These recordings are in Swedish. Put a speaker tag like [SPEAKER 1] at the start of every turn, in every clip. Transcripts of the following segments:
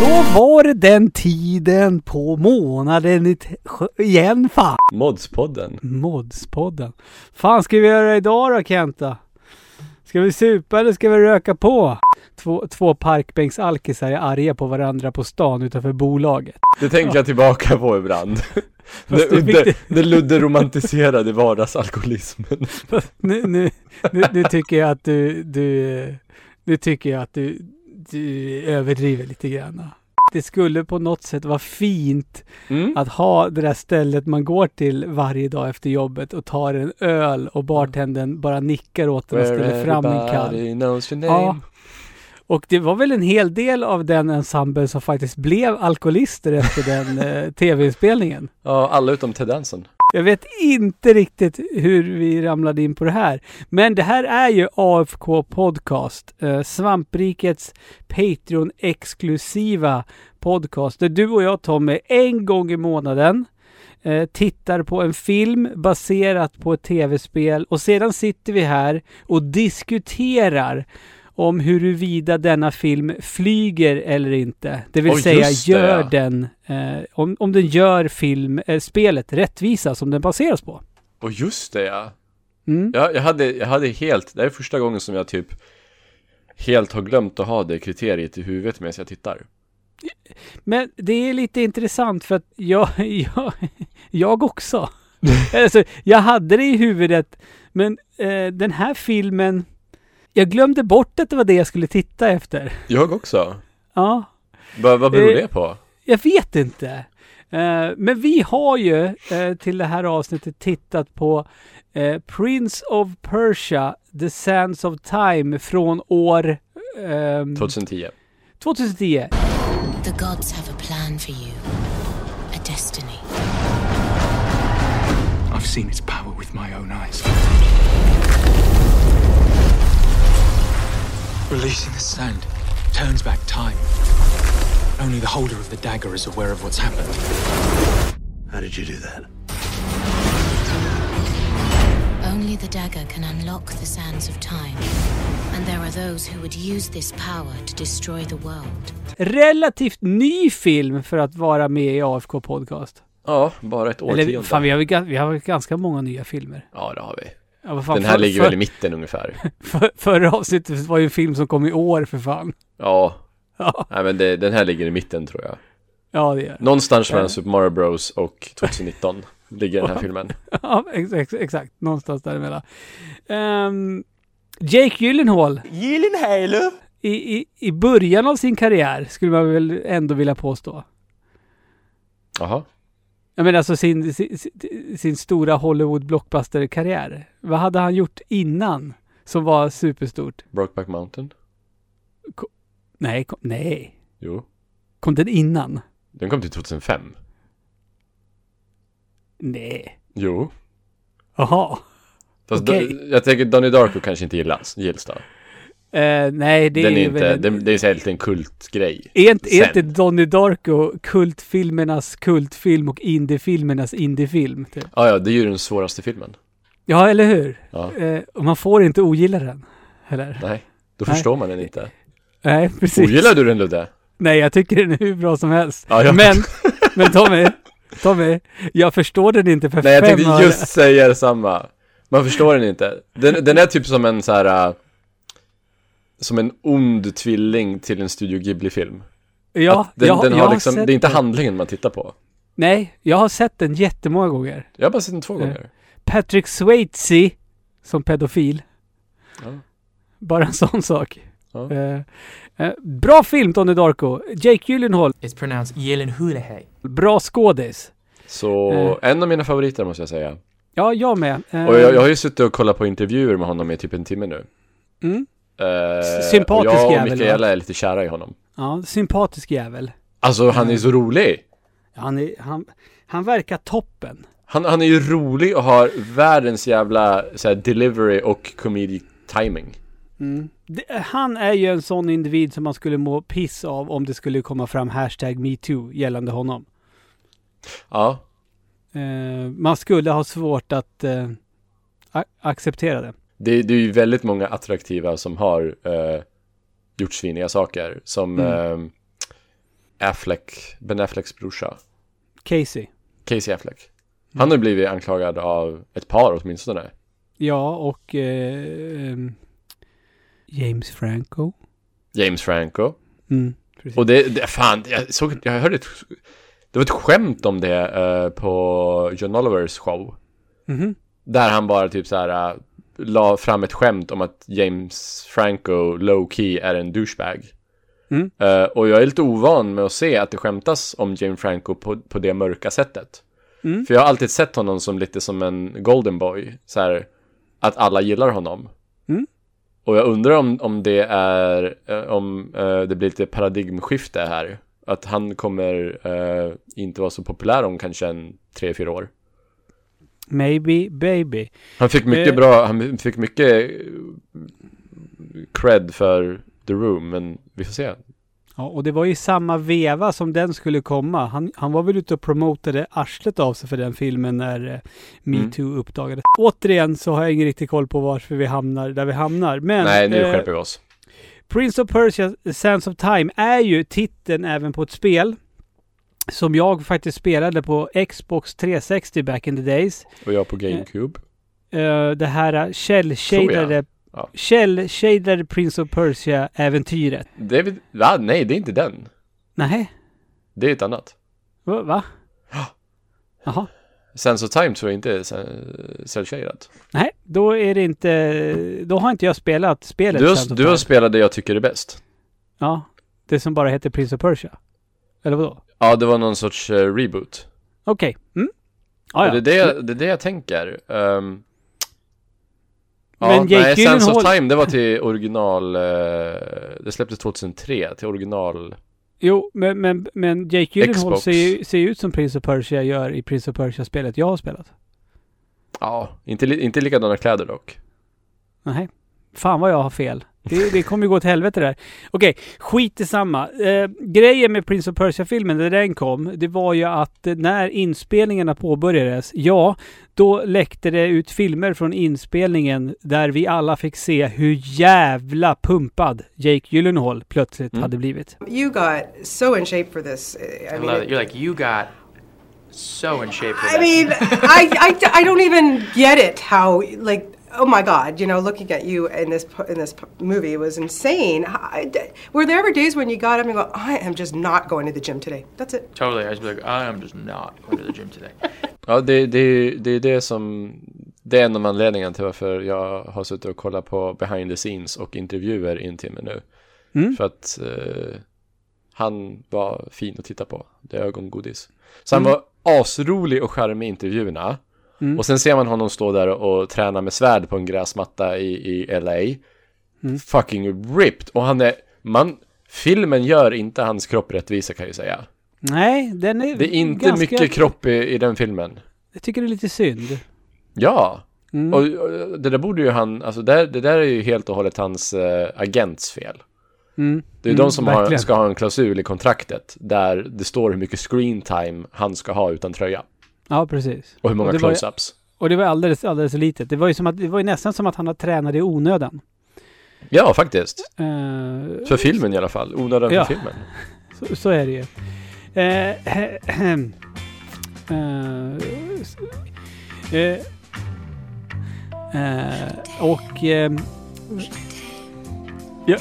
[SPEAKER 1] Då var det den tiden på månaden i t- sjö- igen fan.
[SPEAKER 2] Modspodden.
[SPEAKER 1] Modspodden. Fan ska vi göra idag då Kenta? Ska vi supa eller ska vi röka på? Två, två parkbänksalkisar är arga på varandra på stan utanför bolaget.
[SPEAKER 2] Det tänker jag tillbaka på ibland.
[SPEAKER 1] Fast
[SPEAKER 2] Det,
[SPEAKER 1] du fick
[SPEAKER 2] det, det Ludde romantiserade vardagsalkoholismen.
[SPEAKER 1] Nu, nu, nu, nu tycker jag att du, du, nu tycker jag att du, du överdriver lite grann. Det skulle på något sätt vara fint
[SPEAKER 2] Mm.
[SPEAKER 1] att ha det där stället man går till varje dag efter jobbet och tar en öl och bartendern bara nickar åt en och ställer fram en kall.
[SPEAKER 2] everybody knows your
[SPEAKER 1] Ja.
[SPEAKER 2] name.
[SPEAKER 1] Och det var väl en hel del av den ensemblen som faktiskt blev alkoholister efter den eh, tv-inspelningen.
[SPEAKER 2] Ja, alla utom Ted Danson.
[SPEAKER 1] Jag vet inte riktigt hur vi ramlade in på det här. Men det här är ju AFK Podcast, eh, svamprikets Patreon-exklusiva podcast. Där du och jag Tommy en gång i månaden eh, tittar på en film baserat på ett tv-spel och sedan sitter vi här och diskuterar om huruvida denna film flyger eller inte. Det vill
[SPEAKER 2] Oj,
[SPEAKER 1] säga,
[SPEAKER 2] just det,
[SPEAKER 1] gör
[SPEAKER 2] ja.
[SPEAKER 1] den, eh, om, om den gör film, eh, spelet rättvisa som den baseras på.
[SPEAKER 2] Och just det ja.
[SPEAKER 1] Mm.
[SPEAKER 2] Jag, jag, hade, jag hade helt, det här är första gången som jag typ helt har glömt att ha det kriteriet i huvudet medan jag tittar.
[SPEAKER 1] Men det är lite intressant för att jag, jag, jag också. alltså, jag hade det i huvudet, men eh, den här filmen, jag glömde bort att det var det jag skulle titta efter.
[SPEAKER 2] Jag också.
[SPEAKER 1] Ja,
[SPEAKER 2] Va, vad beror
[SPEAKER 1] Eh,
[SPEAKER 2] det på?
[SPEAKER 1] jag vet inte. Eh, men vi har ju eh, till det här avsnittet tittat på eh, Prince of Persia, The Sands of Time från år ehm,
[SPEAKER 2] 2010.
[SPEAKER 1] 2010.
[SPEAKER 3] The gods have a plan for you, a destiny.
[SPEAKER 4] I've seen its power with my own eyes. Releasing the sand turns back time. Only the holder of the dagger is aware of what's happened.
[SPEAKER 5] How did you do that?
[SPEAKER 3] Only the dagger can unlock the sands of time. And there are those who would use this power to destroy the world.
[SPEAKER 1] Relativt ny film för att vara med i AFK Podcast.
[SPEAKER 2] Ja, bara ett årtionde.
[SPEAKER 1] Eller fan, vi har, väl ga- vi har väl ganska många nya filmer.
[SPEAKER 2] Ja, det har vi.
[SPEAKER 1] Ja, vad fan,
[SPEAKER 2] Den här
[SPEAKER 1] för-
[SPEAKER 2] ligger
[SPEAKER 1] för-
[SPEAKER 2] väl i mitten ungefär.
[SPEAKER 1] För, förra avsnittet var ju en film som kom i år för fan.
[SPEAKER 2] Ja.
[SPEAKER 1] Ja.
[SPEAKER 2] Nej men det, den här ligger i mitten tror jag.
[SPEAKER 1] Ja, det gör
[SPEAKER 2] Någonstans mellan Super Mario Bros och 2019 ligger den här filmen.
[SPEAKER 1] ja, ex, ex, Exakt, någonstans däremellan. Um, Jake Gyllenhaal. I, i, I början av sin karriär skulle man väl ändå vilja påstå.
[SPEAKER 2] Jaha.
[SPEAKER 1] Jag menar alltså sin, sin, sin- sin stora Hollywood blockbuster-karriär. Vad hade han gjort innan som var superstort?
[SPEAKER 2] Brokeback Mountain?
[SPEAKER 1] Nej, kom, nej.
[SPEAKER 2] Jo.
[SPEAKER 1] Kom den innan?
[SPEAKER 2] Den kom till 2005.
[SPEAKER 1] Nej.
[SPEAKER 2] Jo.
[SPEAKER 1] Jaha.
[SPEAKER 2] Fast
[SPEAKER 1] Okej.
[SPEAKER 2] då, jag tänker Donnie Darko kanske inte gillas, gills då.
[SPEAKER 1] Eh, nej, det
[SPEAKER 2] den
[SPEAKER 1] är
[SPEAKER 2] är
[SPEAKER 1] ju
[SPEAKER 2] inte,
[SPEAKER 1] väl... en-
[SPEAKER 2] den, det är så här lite en kultgrej.
[SPEAKER 1] Är inte, är
[SPEAKER 2] Sen.
[SPEAKER 1] inte Donnie Darko kultfilmernas kultfilm och indiefilmernas indiefilm? Typ?
[SPEAKER 2] Ja, ja, det är ju den svåraste filmen.
[SPEAKER 1] Ja, eller hur?
[SPEAKER 2] Ja.
[SPEAKER 1] Eh, och man får inte ogilla den. Eller?
[SPEAKER 2] Nej, då
[SPEAKER 1] Nej.
[SPEAKER 2] förstår man den inte.
[SPEAKER 1] Nej, precis.
[SPEAKER 2] Ogillar du den Ludde?
[SPEAKER 1] Nej, jag tycker den är hur bra som helst.
[SPEAKER 2] Ja, ja.
[SPEAKER 1] Men, men Tommy, Tommy, jag förstår den inte för
[SPEAKER 2] Nej, jag
[SPEAKER 1] fem
[SPEAKER 2] tänkte
[SPEAKER 1] öre.
[SPEAKER 2] just säga detsamma. Man förstår den inte. Den, den är typ som en så här. äh, Som en ond tvilling till en Studio Ghibli-film.
[SPEAKER 1] Ja,
[SPEAKER 2] Att den,
[SPEAKER 1] jag,
[SPEAKER 2] den
[SPEAKER 1] jag
[SPEAKER 2] har liksom,
[SPEAKER 1] sett
[SPEAKER 2] det är inte
[SPEAKER 1] den.
[SPEAKER 2] handlingen man tittar på.
[SPEAKER 1] Nej, jag har sett den jättemånga gånger.
[SPEAKER 2] Jag har bara sett den två
[SPEAKER 1] Nej.
[SPEAKER 2] gånger.
[SPEAKER 1] Patrick Swayze som pedofil.
[SPEAKER 2] Ja.
[SPEAKER 1] Bara en sån sak.
[SPEAKER 2] Ja.
[SPEAKER 1] Eh, eh, bra film Donnie Darko. Jake Gyllenhaal,
[SPEAKER 6] It's pronounced Yelin Hulahay.
[SPEAKER 1] bra skådis.
[SPEAKER 2] Så en av mina favoriter måste jag säga.
[SPEAKER 1] Ja, jag med. Eh,
[SPEAKER 2] Och jag, jag har ju suttit och kollat på intervjuer med honom i typ en timme nu.
[SPEAKER 1] Mm.
[SPEAKER 2] Eh,
[SPEAKER 1] sympatisk
[SPEAKER 2] och jag
[SPEAKER 1] jävel,
[SPEAKER 2] och
[SPEAKER 1] va?
[SPEAKER 2] Mikaela är lite kära i honom.
[SPEAKER 1] Ja, sympatisk jävel.
[SPEAKER 2] Alltså han
[SPEAKER 1] Mm.
[SPEAKER 2] är så rolig!
[SPEAKER 1] Han, är, han, han verkar toppen.
[SPEAKER 2] Han, han är ju rolig och har världens jävla så här, delivery och comedic timing.
[SPEAKER 1] Det, eh, han är ju en sån individ som man skulle må piss av om det skulle komma fram hashtag metoo gällande honom.
[SPEAKER 2] Ja,
[SPEAKER 1] Eh, man skulle ha svårt att eh, a- acceptera det.
[SPEAKER 2] det, det är ju väldigt många
[SPEAKER 1] Mm.
[SPEAKER 2] attraktiva som har eh, gjort sviniga saker. Som eh, Affleck, Ben Afflecks brorsa,
[SPEAKER 1] Casey.
[SPEAKER 2] Casey Affleck. Han har ju blivit anklagad av ett par åtminstone.
[SPEAKER 1] Ja, och eh, ehm, James Franco.
[SPEAKER 2] James Franco.
[SPEAKER 1] Mm, precis.
[SPEAKER 2] Och det, det fan, jag såg, jag hörde ett, det var ett skämt om det eh, på John Olivers show.
[SPEAKER 1] Mhm.
[SPEAKER 2] Där han bara typ så här eh, la fram ett skämt om att James Franco low key är en douchebag.
[SPEAKER 1] Mm.
[SPEAKER 2] Eh, och jag är lite ovan med att se att det skämtas om James Franco på, på det mörka sättet.
[SPEAKER 1] Mm.
[SPEAKER 2] För jag har alltid sett honom som lite som en golden boy. Så här, att alla gillar honom. Och jag undrar om, om det är, eh, om eh, det blir lite paradigmskifte här. Att han kommer eh, inte vara så populär om kanske en 3-4 år.
[SPEAKER 1] Maybe Baby.
[SPEAKER 2] Han fick mycket
[SPEAKER 1] Eh.
[SPEAKER 2] bra, han fick mycket eh, cred för The Room, men vi får se.
[SPEAKER 1] Ja, och det var ju samma veva som den skulle komma. Han, han var väl ute och promotade arslet av sig för den filmen när eh,
[SPEAKER 2] Mm.
[SPEAKER 1] metoo uppdagades. Återigen så har jag ingen riktig koll på varför vi hamnar där vi hamnar. Men,
[SPEAKER 2] Nej, nu
[SPEAKER 1] eh,
[SPEAKER 2] skärper vi oss.
[SPEAKER 1] Prince of Persia, The Sands of Time är ju titeln även på ett spel. Som jag faktiskt spelade på Xbox 360 back in the days.
[SPEAKER 2] Och jag på GameCube.
[SPEAKER 1] Eh, det här
[SPEAKER 2] Tror
[SPEAKER 1] källshadade
[SPEAKER 2] jag. Ja.
[SPEAKER 1] källshadade Prince of Persia-äventyret.
[SPEAKER 2] Det är väl- va? Nej, det är inte den.
[SPEAKER 1] Nej,
[SPEAKER 2] Det är ett annat.
[SPEAKER 1] va? va? Jaha.
[SPEAKER 2] Sense of Time tror jag inte är sen- cell-shaded.
[SPEAKER 1] Nej, då är det inte... Då har inte jag spelat spelet.
[SPEAKER 2] Du,
[SPEAKER 1] Sands
[SPEAKER 2] har-
[SPEAKER 1] of
[SPEAKER 2] du har
[SPEAKER 1] Time.
[SPEAKER 2] spelat det jag tycker är bäst.
[SPEAKER 1] Ja. Det som bara heter Prince of Persia. Eller vadå?
[SPEAKER 2] Ja, det var någon sorts eh, reboot.
[SPEAKER 1] Okej. Mm. Ah,
[SPEAKER 2] Och
[SPEAKER 1] ja.
[SPEAKER 2] Det, är det, det är det jag tänker. Ehm, ja,
[SPEAKER 1] Men Jake
[SPEAKER 2] nej, Sense of
[SPEAKER 1] Gyllenhaal-
[SPEAKER 2] Time, det var till original... eh, det släpptes 2003, till original...
[SPEAKER 1] Jo, men, men, men Jake Gyllenhaal
[SPEAKER 2] Xbox.
[SPEAKER 1] ser ju ser ju ut som Prince of Persia gör i Prince of Persia-spelet jag har spelat.
[SPEAKER 2] Ja, inte, li- inte likadana kläder dock.
[SPEAKER 1] Nej. Fan vad jag har fel. Det, det kommer ju gå till helvete där. Okej, skit i samma. Eh, grejen med Prince of Persia-filmen, när den kom, det var ju att eh, när inspelningarna påbörjades, ja, då läckte det ut filmer från inspelningen där vi alla fick se hur jävla pumpad Jake Gyllenhaal plötsligt
[SPEAKER 2] Mm.
[SPEAKER 1] hade blivit.
[SPEAKER 7] You got so in shape for this. I
[SPEAKER 6] I
[SPEAKER 7] mean,
[SPEAKER 6] love it. You're like, you got so in shape for
[SPEAKER 7] I mean, I, I, I don't even get it how like oh my god, you know, looking at you in this p- in this p- movie was insane. I, I- were there ever days when you got up and go, I am just not going to the gym today. That's it.
[SPEAKER 6] Totally. I was like, I am just not going to the gym today.
[SPEAKER 2] Ja, det, det, det är det som... Det är en av anledningarna till varför jag har suttit och kollat på behind the scenes och intervjuer i en timme nu. För att eh, han var fin att titta på. Det är ögongodis. Så han var asrolig och charmig i intervjuerna. Och sen ser man honom stå där och träna med svärd på en gräsmatta i, i LA. Fucking ripped! Och han är... Man, filmen gör inte hans kropp rättvisa kan jag ju säga.
[SPEAKER 1] Nej, den är
[SPEAKER 2] Det är inte
[SPEAKER 1] ganska,
[SPEAKER 2] mycket kropp i, i den filmen.
[SPEAKER 1] Jag tycker det är lite synd. Mm,
[SPEAKER 2] Ja. Och, och det där borde ju han, alltså det, det där är ju helt och hållet hans eh, agents fel. Det är ju de som har,
[SPEAKER 1] mm. verkligen.
[SPEAKER 2] ska ha en klausul i kontraktet där det står hur mycket screen time han ska ha utan tröja.
[SPEAKER 1] Ja, precis.
[SPEAKER 2] Och hur många
[SPEAKER 1] det var ju-
[SPEAKER 2] close-ups.
[SPEAKER 1] Och det var alldeles, alldeles för litet. Det var ju som att, det var ju nästan som att han har tränat i onödan.
[SPEAKER 2] Ja, faktiskt.
[SPEAKER 1] Eh,
[SPEAKER 2] För filmen i alla fall. Onödan
[SPEAKER 1] Ja.
[SPEAKER 2] för filmen.
[SPEAKER 1] så, så är det ju. Eh, eh, s- eh, eh, och... ehm, ja.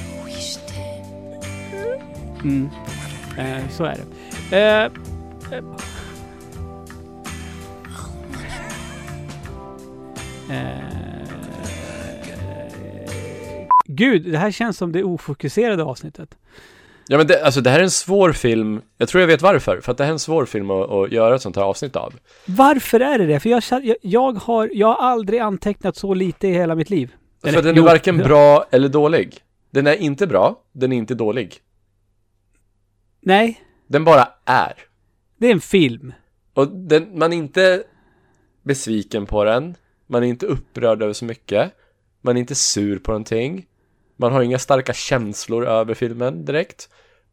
[SPEAKER 1] Mm. Eh, så är det. Eh, eh, Gud, det här känns som det ofokuserade avsnittet.
[SPEAKER 2] Ja, men det, alltså det här är en svår film. Jag tror jag vet varför. För att det här är en svår film att, att göra ett sånt här avsnitt av.
[SPEAKER 1] Varför är det det? För jag, känner- jag, jag, har, jag har aldrig antecknat så lite i hela mitt liv.
[SPEAKER 2] för
[SPEAKER 1] Eller,
[SPEAKER 2] Alltså, den är
[SPEAKER 1] jo,
[SPEAKER 2] varken bra eller dålig. Den är inte bra, den är inte dålig.
[SPEAKER 1] Nej,
[SPEAKER 2] Den bara är.
[SPEAKER 1] det är en film.
[SPEAKER 2] Och den, man är inte besviken på den, man är inte upprörd över så mycket, man är inte sur på någonting, man har inga starka känslor över filmen direkt.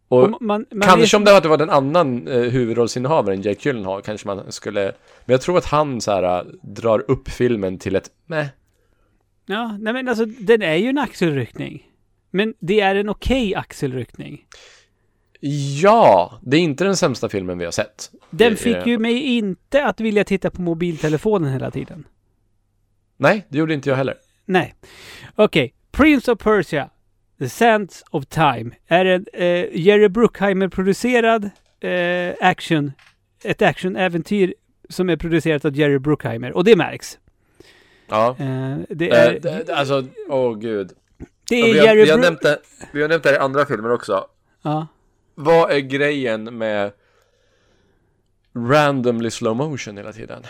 [SPEAKER 2] Och
[SPEAKER 1] Och man, man
[SPEAKER 2] kanske
[SPEAKER 1] är,
[SPEAKER 2] om det hade varit en annan eh, huvudrollsinnehavare än Jake Gyllenhaal kanske man skulle, men jag tror att han så här eh, drar upp filmen till ett meh.
[SPEAKER 1] Ja, nej men alltså den är ju en axelryckning. Men det är en okej axelryckning.
[SPEAKER 2] Ja, det är inte den sämsta filmen vi har sett.
[SPEAKER 1] Den
[SPEAKER 2] Det
[SPEAKER 1] fick
[SPEAKER 2] är-
[SPEAKER 1] ju mig inte att vilja titta på mobiltelefonen hela tiden.
[SPEAKER 2] Nej, det gjorde inte jag heller.
[SPEAKER 1] Nej. Okej. Prince of Persia. The Sands of Time. Är en eh, Jerry Bruckheimer-producerad eh, action. Ett actionäventyr som är producerat av Jerry Bruckheimer. Och det märks.
[SPEAKER 2] Ja.
[SPEAKER 1] Eh, det
[SPEAKER 2] Eh,
[SPEAKER 1] är,
[SPEAKER 2] d- alltså, åh gud.
[SPEAKER 1] det
[SPEAKER 2] Ja,
[SPEAKER 1] är
[SPEAKER 2] vi, har,
[SPEAKER 1] Jerry
[SPEAKER 2] vi, har
[SPEAKER 1] Bruckheimer.
[SPEAKER 2] nämnt det, vi har nämnt det här i andra filmer också.
[SPEAKER 1] Ja.
[SPEAKER 2] Vad är grejen med randomly slow motion hela tiden?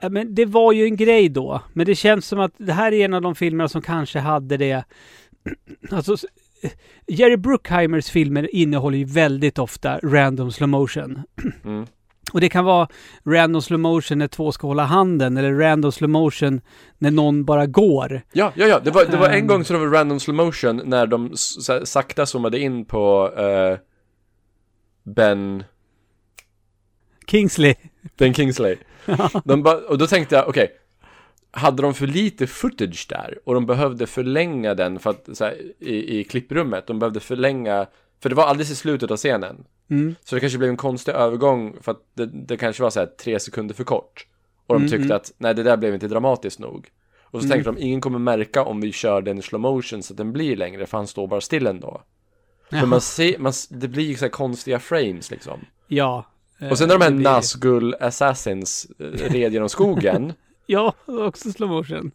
[SPEAKER 1] Ja, men det var ju en grej då. Men det känns som att det här är en av de filmerna som kanske hade det. Alltså, s- Jerry Bruckheimers filmer innehåller ju väldigt ofta random slow motion.
[SPEAKER 2] Mm.
[SPEAKER 1] Och det kan vara random slow motion när två ska hålla handen eller random slow motion när någon bara går.
[SPEAKER 2] Ja, ja, ja. Det var, det var en
[SPEAKER 1] Ehm.
[SPEAKER 2] gång som det var random slow motion när de s- så här sakta zoomade in på eh, Ben...
[SPEAKER 1] Kingsley.
[SPEAKER 2] Ben Kingsley. De ba, och då tänkte jag, okej. hade de för lite footage där? Och de behövde förlänga den för att, så här, i, i klipprummet. De behövde förlänga, för det var alldeles i slutet av scenen.
[SPEAKER 1] Mm.
[SPEAKER 2] Så det kanske blev en konstig övergång för att det, det kanske var så här tre sekunder för kort. Och de tyckte att, nej det där blev inte dramatiskt nog. Och så tänkte de, ingen kommer märka om vi kör den i slow motion så att den blir längre, för han står bara still ändå. Men man ser, man, s- det blir ju så här konstiga frames liksom.
[SPEAKER 1] Ja. Eh,
[SPEAKER 2] Och sen när de
[SPEAKER 1] det
[SPEAKER 2] här
[SPEAKER 1] blir-
[SPEAKER 2] Nazgul Assassins eh, red genom skogen.
[SPEAKER 1] Ja, det var också slow motion.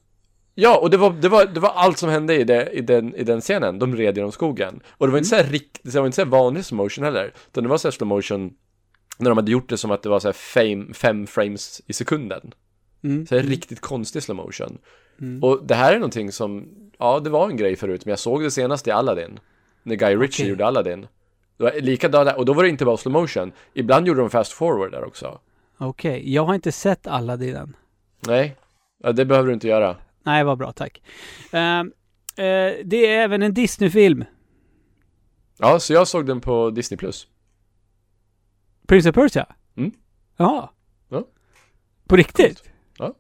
[SPEAKER 2] Ja, och det var, det var, det var allt som hände i, det, i, den, i den scenen. De red genom skogen. Och det var inte
[SPEAKER 1] Mm.
[SPEAKER 2] så här rikt, det var inte så här vanlig slow motion heller. Utan det var så här slow motion när de hade gjort det som att det var så här fem, fem frames i sekunden.
[SPEAKER 1] Mm.
[SPEAKER 2] Så här riktigt konstig slow motion. Och det här är någonting som, ja det var en grej förut, men jag såg det senast i Aladdin. När Guy Ritchie
[SPEAKER 1] Okej.
[SPEAKER 2] gjorde Aladdin. Det var likadant där, och då var det inte bara slow motion. Ibland gjorde de fast forward där också.
[SPEAKER 1] Okej, jag har inte sett alla den.
[SPEAKER 2] Nej, ja, det behöver du inte göra.
[SPEAKER 1] Nej, vad bra, tack. Ehm, eh, det är även en Disney-film.
[SPEAKER 2] Ja, så jag såg den på Disney+. Plus.
[SPEAKER 1] Prince of Persia?
[SPEAKER 2] Mm.
[SPEAKER 1] Jaha.
[SPEAKER 2] Ja.
[SPEAKER 1] På riktigt?
[SPEAKER 2] Ja.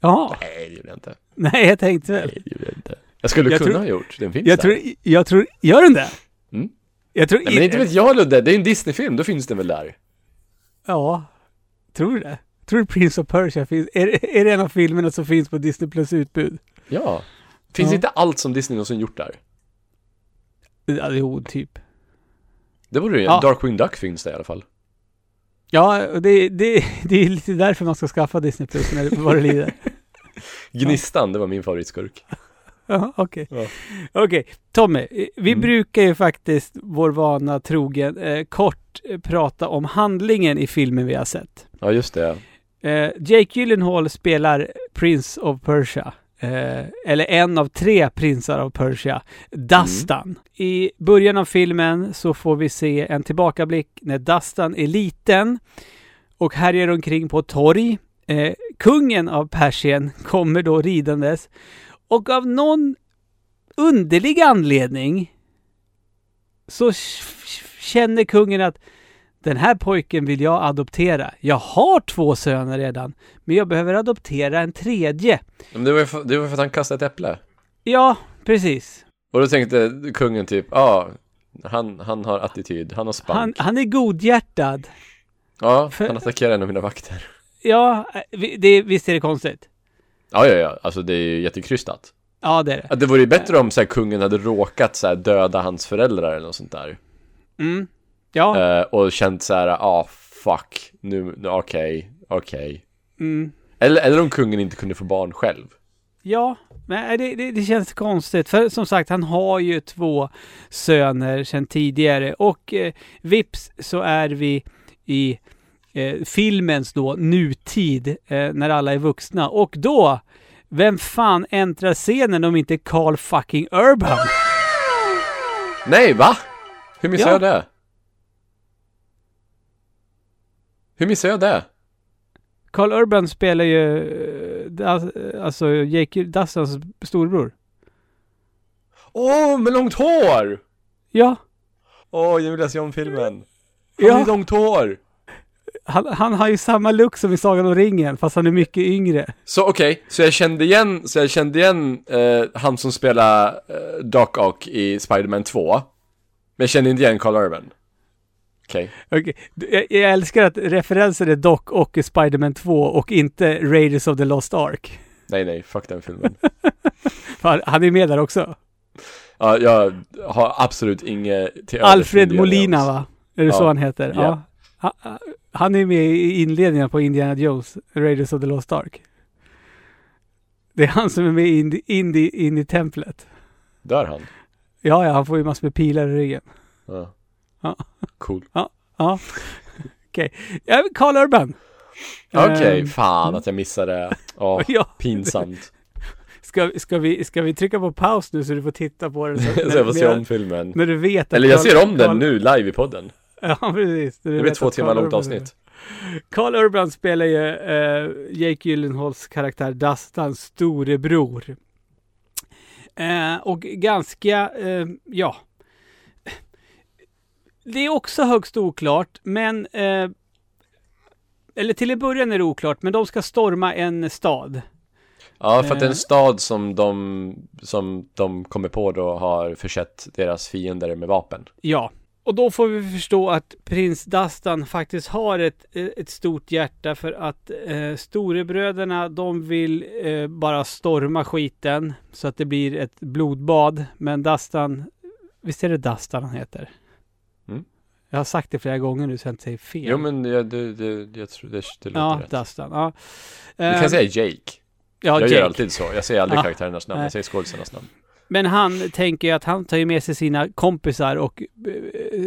[SPEAKER 1] Jaha.
[SPEAKER 2] Nej, det gjorde jag inte.
[SPEAKER 1] Nej, jag tänkte väl.
[SPEAKER 2] Nej, det gjorde jag inte. Jag skulle
[SPEAKER 1] Jag
[SPEAKER 2] kunna
[SPEAKER 1] tror-
[SPEAKER 2] ha gjort, den finns
[SPEAKER 1] Jag
[SPEAKER 2] där.
[SPEAKER 1] tror, jag tror, gör den det?
[SPEAKER 2] Mm.
[SPEAKER 1] Jag tror
[SPEAKER 2] Nej, men inte vet jag Ludde, det är en Disney-film, då finns den väl där?
[SPEAKER 1] Ja, tror du det? Tror du Prince of Persia finns? Är, det- är det en av filmerna som finns på Disney Plus utbud?
[SPEAKER 2] Ja. Finns
[SPEAKER 1] Ja.
[SPEAKER 2] inte allt som Disney någonsin gjort där?
[SPEAKER 1] Ja, jo, typ.
[SPEAKER 2] Det borde ju,
[SPEAKER 1] Ja.
[SPEAKER 2] Darkwing Duck finns där i alla fall.
[SPEAKER 1] Ja, och det, det, det är lite därför man ska skaffa Disney Plus när det, vad det lider.
[SPEAKER 2] Gnistan, det var min favoritskurk.
[SPEAKER 1] Ja, Okej.
[SPEAKER 2] Ja.
[SPEAKER 1] Okej, Tommy. eh, Vi
[SPEAKER 2] Mm.
[SPEAKER 1] brukar ju faktiskt, vår vana trogen, eh, kort eh, prata om handlingen i filmen vi har sett.
[SPEAKER 2] Ja, just det.
[SPEAKER 1] Eh, Jake Gyllenhaal spelar Prince of Persia. Eh, eller en av tre prinsar av Persia, Dastan. I början av filmen så får vi se en tillbakablick när Dastan är liten och härjar omkring på ett torg. Eh, kungen av Persien kommer då ridandes och av någon underlig anledning så k- känner kungen att den här pojken vill jag adoptera. Jag har två söner redan, men jag behöver adoptera en tredje.
[SPEAKER 2] Men det var ju för, det var för att han kastade ett äpple.
[SPEAKER 1] Ja, precis.
[SPEAKER 2] Och då tänkte kungen typ, ja, han, han har attityd, han har spank.
[SPEAKER 1] Han, han är godhjärtad.
[SPEAKER 2] ja,
[SPEAKER 1] för-
[SPEAKER 2] han attackerar en av mina vakter.
[SPEAKER 1] Ja, eh, vi- det, visst är det konstigt?
[SPEAKER 2] Ja, ja, ja, alltså det är ju jättekrystat.
[SPEAKER 1] Ja, det är det.
[SPEAKER 2] Att det vore ju bättre
[SPEAKER 1] Eh.
[SPEAKER 2] om så här, kungen hade råkat så här, döda hans föräldrar eller något sånt där.
[SPEAKER 1] Mm. Ja,
[SPEAKER 2] Eh, och känt så här, ah fuck, nu, nu okej, okej.
[SPEAKER 1] mm.
[SPEAKER 2] Eller, eller om kungen inte kunde få barn själv.
[SPEAKER 1] ja. Men eh, det, det, det känns konstigt. För som sagt, han har ju två söner sedan tidigare. Och eh, vips så är vi i eh, filmens då nutid eh, när alla är vuxna. Och då, vem fan äntrar scenen om inte Carl fucking Urban?
[SPEAKER 2] Nej, va? Hur missade
[SPEAKER 1] Ja.
[SPEAKER 2] jag det? Hur missade jag det?
[SPEAKER 1] Carl Urban spelar ju eh, das- alltså Jake Dassans storbror.
[SPEAKER 2] Åh, med långt hår!
[SPEAKER 1] Ja,
[SPEAKER 2] Åh, jag vill läsa om filmen. Han
[SPEAKER 1] Ja.
[SPEAKER 2] har ju långt hår!
[SPEAKER 1] han, han har ju samma look som i Sagan om ringen fast han är mycket yngre.
[SPEAKER 2] Så okej, så jag kände igen, så jag kände igen eh, han som spelar eh, Doc Ock i Spider-Man 2. Men jag kände inte igen Carl Urban. Okej.
[SPEAKER 1] Okej, d- Jag, jag älskar att referensen är Doc och Spider-Man 2 och inte Raiders of the Lost Ark.
[SPEAKER 2] Nej, nej, fuck den filmen.
[SPEAKER 1] Fan, han är med där också.
[SPEAKER 2] Ja, jag har absolut inget till övers för
[SPEAKER 1] Alfred
[SPEAKER 2] Indiana
[SPEAKER 1] Molina
[SPEAKER 2] Jones.
[SPEAKER 1] va? Är det
[SPEAKER 2] Ja.
[SPEAKER 1] så han heter?
[SPEAKER 2] Ja.
[SPEAKER 1] Ja. Ha- ha- Han är med i inledningen på Indiana Jones, Raiders of the Lost Ark. Det är han som är med in, in, in i templet.
[SPEAKER 2] Dör han?
[SPEAKER 1] Ja, ja, han får ju massor med pilar i ryggen.
[SPEAKER 2] Ja.
[SPEAKER 1] Ja.
[SPEAKER 2] Cool.
[SPEAKER 1] Ja, okej. Ja, Carl Urban.
[SPEAKER 2] Okej,
[SPEAKER 1] Ehm,
[SPEAKER 2] fan att jag missade. Ja,
[SPEAKER 1] Ja.
[SPEAKER 2] pinsamt.
[SPEAKER 1] Ska, ska, vi, ska vi trycka på paus nu så du får titta på den? Så,
[SPEAKER 2] Så jag får se
[SPEAKER 1] medan-
[SPEAKER 2] om filmen.
[SPEAKER 1] När du vet att
[SPEAKER 2] Eller jag
[SPEAKER 1] Carl-
[SPEAKER 2] ser om
[SPEAKER 1] Carl-
[SPEAKER 2] den nu live i podden.
[SPEAKER 1] Ja, precis. När du
[SPEAKER 2] Det blir
[SPEAKER 1] vet
[SPEAKER 2] två
[SPEAKER 1] att
[SPEAKER 2] timmar
[SPEAKER 1] Carl
[SPEAKER 2] långt
[SPEAKER 1] Urban är
[SPEAKER 2] avsnitt.
[SPEAKER 1] med. Carl Urban spelar ju eh, Jake Gyllenhaals karaktär Dustans storebror. Eh, och ganska, eh, ja. Det är också högst oklart, men eh, eller till en början är det oklart, men de ska storma en stad.
[SPEAKER 2] Ja, för att det är
[SPEAKER 1] Eh.
[SPEAKER 2] en stad som de, som de kommer på då har försett deras fiender med vapen.
[SPEAKER 1] Ja, och då får vi förstå att prins Dastan faktiskt har ett, ett stort hjärta för att eh, storebröderna de vill eh, bara storma skiten så att det blir ett blodbad. Men Dastan, visst är det Dastan han heter?
[SPEAKER 2] Mm.
[SPEAKER 1] Jag har sagt det flera gånger nu så jag inte säger fel.
[SPEAKER 2] Jo, men jag, det, det, jag tror det, det låter
[SPEAKER 1] ja,
[SPEAKER 2] rätt.
[SPEAKER 1] Dastan. Ja.
[SPEAKER 2] Du
[SPEAKER 1] Eh,
[SPEAKER 2] kan säga Jake.
[SPEAKER 1] ja,
[SPEAKER 2] jag gör
[SPEAKER 1] Jake.
[SPEAKER 2] alltid så. Jag säger aldrig
[SPEAKER 1] Ja.
[SPEAKER 2] karaktärernas namn,
[SPEAKER 1] Nej.
[SPEAKER 2] jag säger skådisarnas namn.
[SPEAKER 1] Men han tänker ju att han tar ju med sig sina kompisar och eh,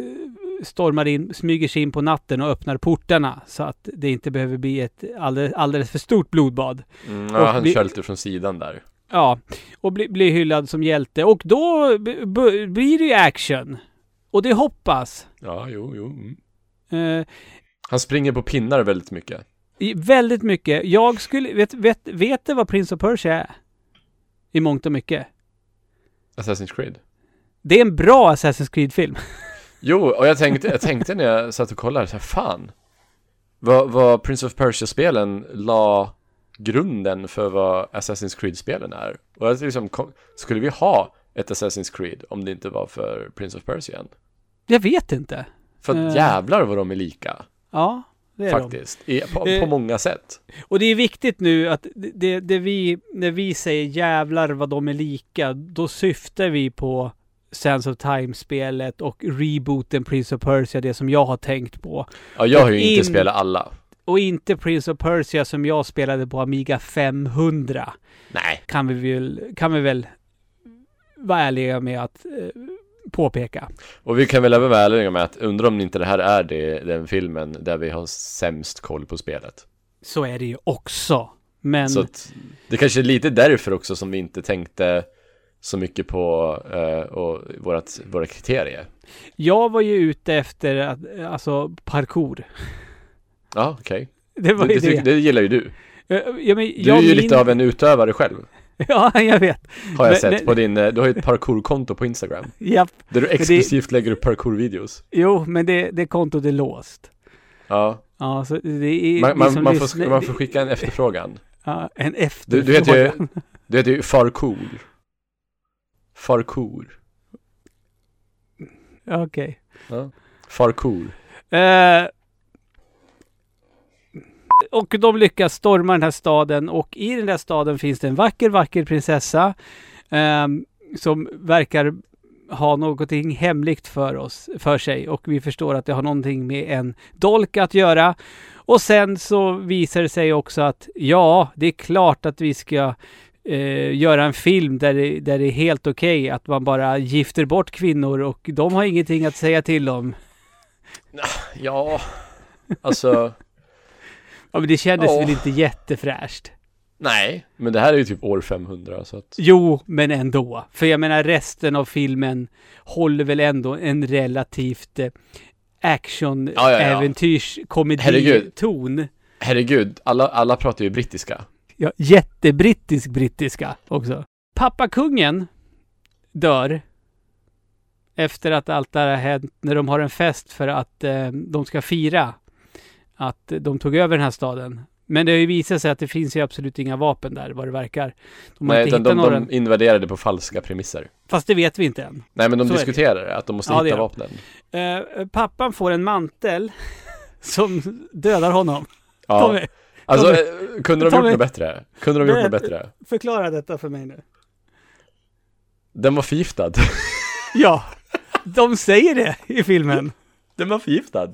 [SPEAKER 1] stormar in, smyger sig in på natten och öppnar portarna så att det inte behöver bli ett alldeles, alldeles för stort blodbad.
[SPEAKER 2] Mm,
[SPEAKER 1] Och
[SPEAKER 2] ja, han
[SPEAKER 1] vi-
[SPEAKER 2] kör lite från sidan där.
[SPEAKER 1] Ja, och bli, blir hyllad som hjälte. Och då b- b- blir det ju action. Och det hoppas.
[SPEAKER 2] Ja, jo, jo. Mm.
[SPEAKER 1] Eh,
[SPEAKER 2] Han springer på pinnar väldigt mycket.
[SPEAKER 1] i- väldigt mycket. Jag skulle, vet, vet, vet du vad Prince of Persia är? I mångt och mycket.
[SPEAKER 2] Assassin's Creed.
[SPEAKER 1] Det är en bra Assassin's Creed-film.
[SPEAKER 2] Jo, och jag tänkte, jag tänkte när jag satt och kollade, så här, fan. Vad, vad Prince of Persia-spelen la grunden för vad Assassin's Creed-spelen är. Och jag liksom, kom, skulle vi ha ett Assassin's Creed om det inte var för Prince of Persia? än?
[SPEAKER 1] Jag vet inte.
[SPEAKER 2] För att
[SPEAKER 1] Eh.
[SPEAKER 2] jävlar vad de är lika,
[SPEAKER 1] Ja, det är de.
[SPEAKER 2] faktiskt. I, på,
[SPEAKER 1] Eh.
[SPEAKER 2] på många sätt.
[SPEAKER 1] Och det är viktigt nu att det, det vi, när vi säger jävlar vad de är lika, då syftar vi på Sense of Time-spelet och rebooten Prince of Persia, det som jag har tänkt på.
[SPEAKER 2] Ja, jag har ju
[SPEAKER 1] Och
[SPEAKER 2] inte
[SPEAKER 1] in-
[SPEAKER 2] spelat alla.
[SPEAKER 1] Och inte Prince of Persia som jag spelade på Amiga 500.
[SPEAKER 2] Nej.
[SPEAKER 1] Kan vi väl, kan vi väl vara ärliga med att eh, påpeka.
[SPEAKER 2] Och vi kan väl även vara ärliga med att undra om inte det här är det, den filmen där vi har sämst koll på spelet.
[SPEAKER 1] Så är det ju också. Men
[SPEAKER 2] Så att det kanske är lite därför också som vi inte tänkte så mycket på eh, och vårat, våra kriterier.
[SPEAKER 1] jag var ju ute efter att, alltså parkour.
[SPEAKER 2] Ja, okej.
[SPEAKER 1] Det var
[SPEAKER 2] Det,
[SPEAKER 1] ju
[SPEAKER 2] det,
[SPEAKER 1] det.
[SPEAKER 2] tycker- det gillar ju du.
[SPEAKER 1] Eh, Ja, men,
[SPEAKER 2] Du är ju lite av en utövare själv,
[SPEAKER 1] Ja, jag vet.
[SPEAKER 2] har jag
[SPEAKER 1] Men-
[SPEAKER 2] sett
[SPEAKER 1] men-
[SPEAKER 2] på din, eh, du har ju ett parkourkonto på Instagram.
[SPEAKER 1] Japp.
[SPEAKER 2] Där du exklusivt lägger upp parkourvideos.
[SPEAKER 1] Jo, men det, det kontot är låst.
[SPEAKER 2] Ja,
[SPEAKER 1] Ja, så det är...
[SPEAKER 2] man,
[SPEAKER 1] ni
[SPEAKER 2] man,
[SPEAKER 1] som
[SPEAKER 2] man, får,
[SPEAKER 1] lyssnar-
[SPEAKER 2] man får skicka en efterfrågan.
[SPEAKER 1] Ja, en
[SPEAKER 2] Du,
[SPEAKER 1] efterfrågan.
[SPEAKER 2] du heter ju, du heter ju Farkour. Farkour.
[SPEAKER 1] Okej.
[SPEAKER 2] Ja. Farkour.
[SPEAKER 1] Eh, och de lyckas storma den här staden och i den där staden finns det en vacker, vacker prinsessa ehm, som verkar ha någonting hemligt för oss, för sig och vi förstår att det har någonting med en dolk att göra. Och sen så visar det sig också att ja, det är klart att vi ska eh, göra en film där det, där det är helt okej att man bara gifter bort kvinnor och de har ingenting att säga till om.
[SPEAKER 2] Ja, alltså,
[SPEAKER 1] Ja men det kändes
[SPEAKER 2] Ja.
[SPEAKER 1] väl inte jättefräscht.
[SPEAKER 2] nej. Men det här är ju typ år 500, så att...
[SPEAKER 1] Jo, men ändå. För jag menar resten av filmen håller väl ändå en relativt eh, action
[SPEAKER 2] Ja, ja, ja.
[SPEAKER 1] äventyrs komedi
[SPEAKER 2] Herregud.
[SPEAKER 1] ton
[SPEAKER 2] Herregud, alla, alla pratar ju brittiska.
[SPEAKER 1] ja, Jättebrittisk brittiska också. Pappa kungen dör efter att allt det här har hänt när de har en fest för att eh, de ska fira att de tog över den här staden. Men det har ju visat sig att det finns ju absolut inga vapen där, vad det verkar. De har
[SPEAKER 2] Nej,
[SPEAKER 1] inte
[SPEAKER 2] utan
[SPEAKER 1] hittat
[SPEAKER 2] de,
[SPEAKER 1] några.
[SPEAKER 2] de invaderade på falska premisser.
[SPEAKER 1] Fast det vet vi inte än.
[SPEAKER 2] Nej, men de
[SPEAKER 1] Så är det.
[SPEAKER 2] diskuterade det, att de måste
[SPEAKER 1] Ja, det
[SPEAKER 2] hitta
[SPEAKER 1] gör de.
[SPEAKER 2] vapnen.
[SPEAKER 1] Eh, pappan får en mantel som dödar honom.
[SPEAKER 2] Ja.
[SPEAKER 1] Tommy,
[SPEAKER 2] Alltså,
[SPEAKER 1] Tommy.
[SPEAKER 2] eh, kunde de gjort
[SPEAKER 1] Tommy.
[SPEAKER 2] något bättre? Kunde de gjort något
[SPEAKER 1] Berätta.
[SPEAKER 2] bättre?
[SPEAKER 1] förklara detta för mig nu.
[SPEAKER 2] Den var förgiftad.
[SPEAKER 1] Ja, de säger det i filmen.
[SPEAKER 2] Den var förgiftad.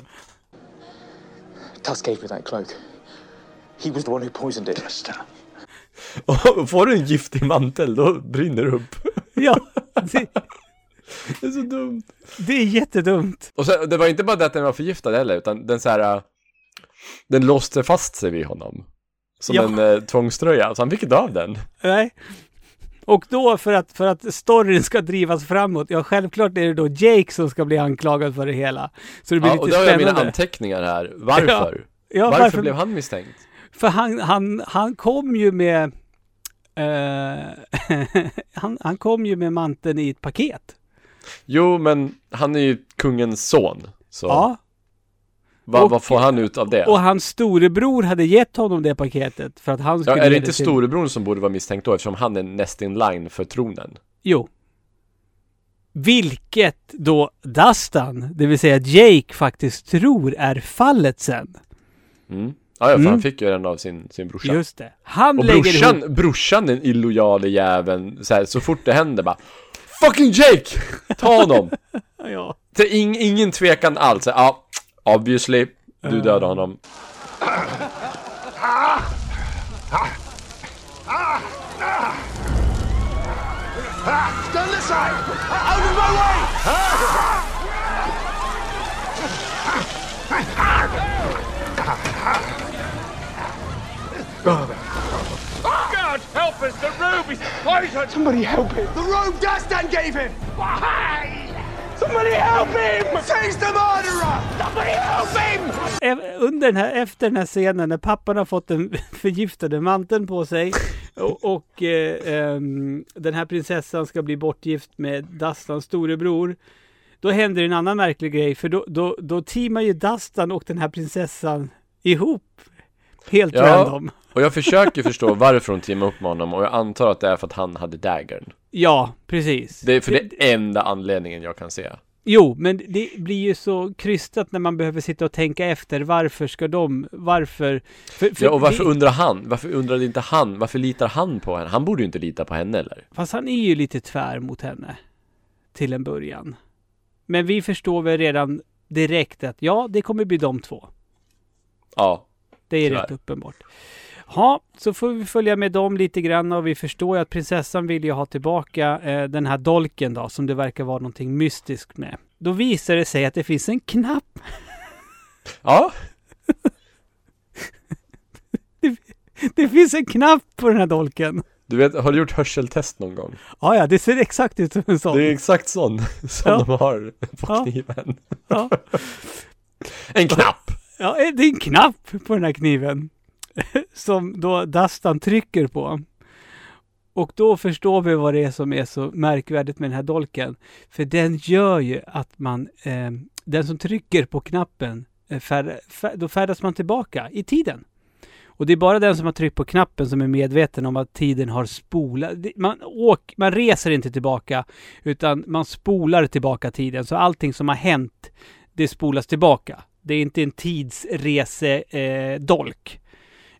[SPEAKER 8] Tuss gave me that cloak. He was the one who poisoned it.
[SPEAKER 2] Och får du en giftig mantel, då brinner det upp.
[SPEAKER 1] Ja, det,
[SPEAKER 2] Det är så dumt.
[SPEAKER 1] det är jättedumt.
[SPEAKER 2] Och sen, det var inte bara det att den var förgiftad heller, utan den så här. äh, Den låste fast sig vid honom. Som
[SPEAKER 1] Ja.
[SPEAKER 2] en eh, tvångströja, så han fick inte av den.
[SPEAKER 1] Nej. Och då för att, för att storyn ska drivas framåt, ja självklart är det då Jake som ska bli anklagad för det hela. Så det blir
[SPEAKER 2] Ja, och
[SPEAKER 1] lite
[SPEAKER 2] då har jag mina
[SPEAKER 1] spännande.
[SPEAKER 2] anteckningar här. Varför?
[SPEAKER 1] Ja,
[SPEAKER 2] varför?
[SPEAKER 1] varför-
[SPEAKER 2] blev han misstänkt?
[SPEAKER 1] För han, han, han kom ju med... eh, han, han kom ju med manteln i ett paket.
[SPEAKER 2] Jo, men han är ju kungens son. Så
[SPEAKER 1] Ja.
[SPEAKER 2] vad,
[SPEAKER 1] och-
[SPEAKER 2] vad får han ut av det?
[SPEAKER 1] Och hans storebror hade gett honom det paketet för att han
[SPEAKER 2] ja,
[SPEAKER 1] skulle...
[SPEAKER 2] är det
[SPEAKER 1] ge
[SPEAKER 2] inte
[SPEAKER 1] till-
[SPEAKER 2] storebror som borde vara misstänkt då, eftersom han är näst in line för tronen?
[SPEAKER 1] Jo. Vilket då Dustin, det vill säga Jake, faktiskt tror är fallet sen.
[SPEAKER 2] Mm. Ja, ja, för
[SPEAKER 1] Mm.
[SPEAKER 2] han fick ju den av sin, sin brorsa.
[SPEAKER 1] Just det. Han
[SPEAKER 2] Och
[SPEAKER 1] lägger
[SPEAKER 2] brorsan,
[SPEAKER 1] ihop...
[SPEAKER 2] brorsan den illojale jäveln, så, här, så fort det händer bara Fucking Jake! Ta honom!
[SPEAKER 1] Ja.
[SPEAKER 2] Det är ing, ingen tvekan alls, ja, ah, obviously Du dödade honom
[SPEAKER 1] E- Under den här, efter den här scenen när pappan har fått den förgiftade manteln på sig och, och eh, ehm, den här prinsessan ska bli bortgift med Dastans storebror. Då händer en annan märklig grej för då, då, då teamar ju Dastan och den här prinsessan ihop. Helt
[SPEAKER 2] Ja.
[SPEAKER 1] random.
[SPEAKER 2] Och jag försöker förstå varför hon teamade upp med honom och jag antar att det är för att han hade daggern
[SPEAKER 1] Ja, precis.
[SPEAKER 2] Det är för det enda anledningen jag kan se
[SPEAKER 1] Jo, men det blir ju så krystat när man behöver sitta och tänka efter. Varför ska de? Varför? För, för
[SPEAKER 2] Ja, och varför
[SPEAKER 1] det-
[SPEAKER 2] undrar han? Varför undrade inte han? Varför litar han på henne? Han borde ju inte lita på henne eller?
[SPEAKER 1] Fast han är ju lite tvär mot henne. Till en början. Men vi förstår väl redan direkt att ja, det kommer bli de två.
[SPEAKER 2] Ja,
[SPEAKER 1] Det är
[SPEAKER 2] Tyvärr.
[SPEAKER 1] rätt uppenbart. Ja, så får vi följa med dem lite grann och vi förstår ju att prinsessan vill ju ha tillbaka eh, den här dolken då, som det verkar vara någonting mystiskt med. Då visar det sig att det finns en knapp.
[SPEAKER 2] ja,
[SPEAKER 1] Det finns en knapp på den här dolken.
[SPEAKER 2] du vet, har du gjort hörseltest någon gång?
[SPEAKER 1] Ja, ja, det ser exakt ut som en sån.
[SPEAKER 2] Det är exakt sån som
[SPEAKER 1] Ja.
[SPEAKER 2] de har på
[SPEAKER 1] Ja.
[SPEAKER 2] kniven.
[SPEAKER 1] Ja.
[SPEAKER 2] En knapp!
[SPEAKER 1] Ja, eh, det är en knapp på den här kniven. Som då Dastan trycker på. Och då förstår vi vad det är som är så märkvärdigt med den här dolken. För den gör ju att man, eh, den som trycker på knappen, eh, fär, fär, då färdas man tillbaka i tiden. Och det är bara den som har tryckt på knappen som är medveten om att tiden har spolat. Man, åk, man reser inte tillbaka, utan man spolar tillbaka tiden. Så allting som har hänt det spolas tillbaka. Det är inte en tidsresedolk. Eh, dolk,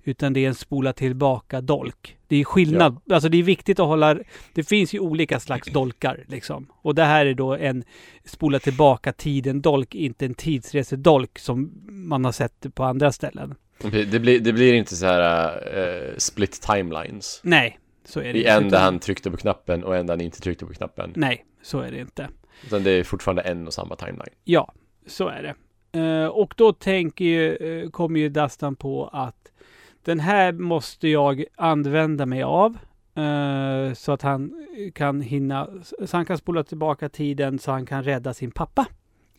[SPEAKER 1] utan det är en spola tillbaka-dolk. Det är skillnad. Alltså det är viktigt att hålla... Det finns ju olika slags dolkar liksom. Och det här är då en spola tillbaka-tiden-dolk, inte en tidsresedolk som man har sett på andra ställen.
[SPEAKER 2] Det blir, det blir inte så här eh, split timelines.
[SPEAKER 1] Nej, så är det
[SPEAKER 2] I
[SPEAKER 1] inte.
[SPEAKER 2] en där
[SPEAKER 1] Utan-
[SPEAKER 2] han tryckte på knappen och en där han inte tryckte på knappen.
[SPEAKER 1] Nej, så är det inte.
[SPEAKER 2] Utan det är fortfarande en och samma timeline.
[SPEAKER 1] Ja, så är det. Eh, och då tänker ju, eh, kommer ju Dastan på att den här måste jag använda mig av. eh, så att han kan hinna, så han kan spola tillbaka tiden så han kan rädda sin pappa.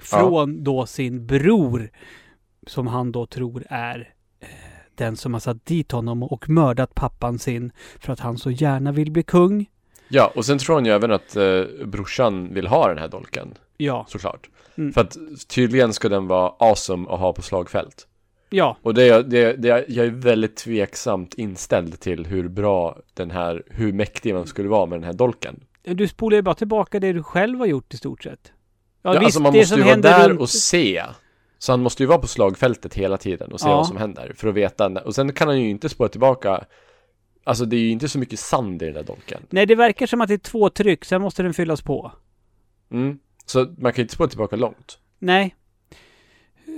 [SPEAKER 1] Från då sin bror. Som han då tror är eh, den som har satt dit honom och mördat pappan sin. För att han så gärna vill bli kung.
[SPEAKER 2] Ja, och sen tror han ju även att eh, brorsan vill ha den här dolken,
[SPEAKER 1] Ja,
[SPEAKER 2] såklart.
[SPEAKER 1] Mm.
[SPEAKER 2] För att tydligen ska den vara awesome att ha på slagfält.
[SPEAKER 1] Ja,
[SPEAKER 2] Och det, är- det, det, jag är väldigt tveksamt inställd till hur bra den här, hur mäktig man skulle vara med den här dolken.
[SPEAKER 1] du spolar ju bara tillbaka det du själv har gjort i stort sett. Ja,
[SPEAKER 2] Ja,
[SPEAKER 1] visst,
[SPEAKER 2] alltså man
[SPEAKER 1] det
[SPEAKER 2] måste
[SPEAKER 1] som
[SPEAKER 2] ju vara
[SPEAKER 1] händer
[SPEAKER 2] där
[SPEAKER 1] runt-
[SPEAKER 2] och se. Så han måste ju vara på slagfältet hela tiden och se
[SPEAKER 1] Ja.
[SPEAKER 2] vad som händer för att veta. när- Och sen kan han ju inte spåra tillbaka. Alltså det är ju inte så mycket sand i den där dolken.
[SPEAKER 1] Nej, det verkar som att det är två tryck, sen måste den fyllas på.
[SPEAKER 2] Mm. Så man kan ju inte spåra tillbaka långt.
[SPEAKER 1] Nej,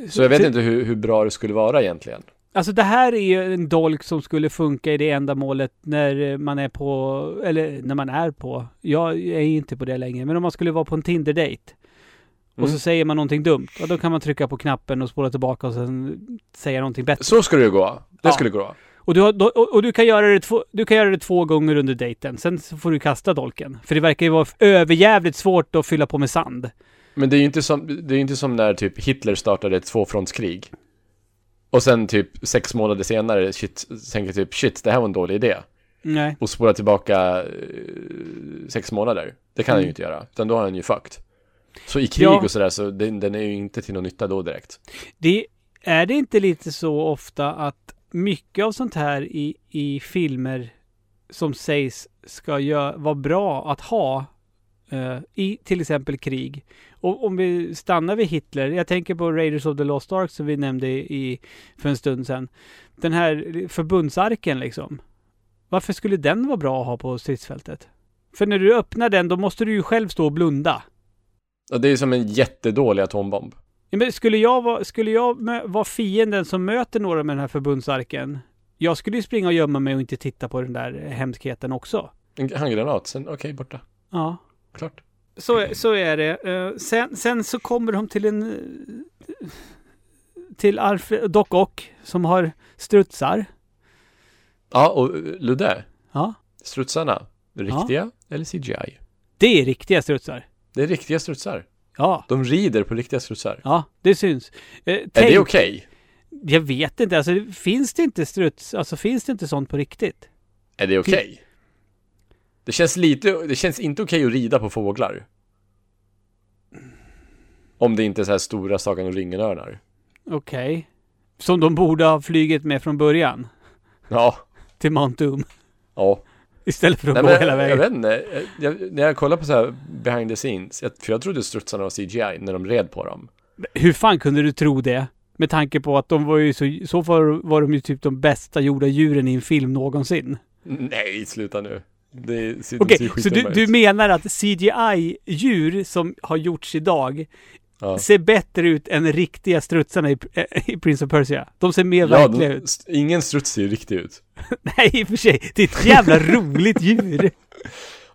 [SPEAKER 2] Så jag vet
[SPEAKER 1] Ty-
[SPEAKER 2] inte hur, hur bra det skulle vara egentligen.
[SPEAKER 1] alltså det här är ju en dolk som skulle funka i det ändamålet när eh, man är på, eller när man är på, jag är inte på det längre, men om man skulle vara på en Tinder-date. Och
[SPEAKER 2] Mm.
[SPEAKER 1] så säger man någonting dumt, och då kan man trycka på knappen och spola tillbaka och sen säga någonting bättre.
[SPEAKER 2] Så skulle det gå. Det
[SPEAKER 1] Ja.
[SPEAKER 2] skulle gå.
[SPEAKER 1] Och du, har, då- och, och du, kan göra det två, du kan göra det två gånger under dejten, sen så får du kasta dolken. För det verkar ju vara f- överjävligt svårt att fylla på med sand.
[SPEAKER 2] Men det är ju inte som, det är ju inte som när typ Hitler startade ett tvåfrontskrig. Och sen typ sex månader senare shit, tänker typ shit, det här var en dålig idé.
[SPEAKER 1] Nej.
[SPEAKER 2] Och spola tillbaka eh, sex månader. Det kan han ju inte göra. Utan då har han ju fucked. Så i krig
[SPEAKER 1] Ja.
[SPEAKER 2] och sådär så den, den är ju inte till någon nytta då direkt.
[SPEAKER 1] Det, är det inte lite så ofta att mycket av sånt här i, i filmer som sägs ska gö- vara bra att ha eh, i till exempel krig. Och om vi stannar vid Hitler. Jag tänker på Raiders of the Lost Ark som vi nämnde i, för en stund sedan. Den här förbundsarken liksom. Varför skulle den vara bra att ha på stridsfältet? För när du öppnar den då måste du ju själv stå och blunda.
[SPEAKER 2] Och det är ju som en jättedålig atombomb.
[SPEAKER 1] Ja, men skulle jag, vara, skulle jag mö- vara fienden som möter några med den här förbundsarken? Jag skulle ju springa och gömma mig och inte titta på den där hemskheten också.
[SPEAKER 2] En handgranat, sen okej, borta.
[SPEAKER 1] Ja.
[SPEAKER 2] Klart.
[SPEAKER 1] Så, så är det. Eh, Sen, sen så kommer de till en... eh, Till Alfred Doc Ock som har strutsar.
[SPEAKER 2] Ja, och eh, Ludde.
[SPEAKER 1] Ja.
[SPEAKER 2] Strutsarna. Riktiga eller CGI?
[SPEAKER 1] Det är riktiga strutsar.
[SPEAKER 2] Det är riktiga strutsar.
[SPEAKER 1] Ja.
[SPEAKER 2] De rider på riktiga strutsar.
[SPEAKER 1] Ja, det syns. Eh,
[SPEAKER 2] Är
[SPEAKER 1] tänk-
[SPEAKER 2] det okej?
[SPEAKER 1] Jag vet inte. Alltså, finns det inte struts... Alltså, finns det inte sånt på riktigt?
[SPEAKER 2] Är det okej? Det känns lite, det känns inte okej att rida på fåglar. Om det inte är så här stora Sagan och ringen-örnar.
[SPEAKER 1] Okej. Som de borde ha flugit med från början.
[SPEAKER 2] Ja,
[SPEAKER 1] Till Mount Doom.
[SPEAKER 2] ja.
[SPEAKER 1] Istället för att
[SPEAKER 2] Nej,
[SPEAKER 1] gå
[SPEAKER 2] men,
[SPEAKER 1] hela
[SPEAKER 2] jag
[SPEAKER 1] vägen.
[SPEAKER 2] vet inte. Jag, när jag kollar på så här behind the scenes, jag, för jag trodde strutsarna var CGI när de red på dem.
[SPEAKER 1] Hur fan kunde du tro det? Med tanke på att de var ju så, i så fall var de ju typ de bästa gjorda djuren i en film någonsin.
[SPEAKER 2] Nej, sluta nu. Det ser, de ser
[SPEAKER 1] Okej,
[SPEAKER 2] ju
[SPEAKER 1] så du,
[SPEAKER 2] skitdumma
[SPEAKER 1] du
[SPEAKER 2] ut.
[SPEAKER 1] menar att CGI-djur som har gjorts idag
[SPEAKER 2] Ja.
[SPEAKER 1] ser bättre ut än riktiga strutsarna i, i Prince of Persia? De ser mer
[SPEAKER 2] Ja,
[SPEAKER 1] verkliga
[SPEAKER 2] de,
[SPEAKER 1] ut.
[SPEAKER 2] st- ingen struts ser ju riktig ut.
[SPEAKER 1] Nej, i och för sig. Det är ett jävla roligt djur.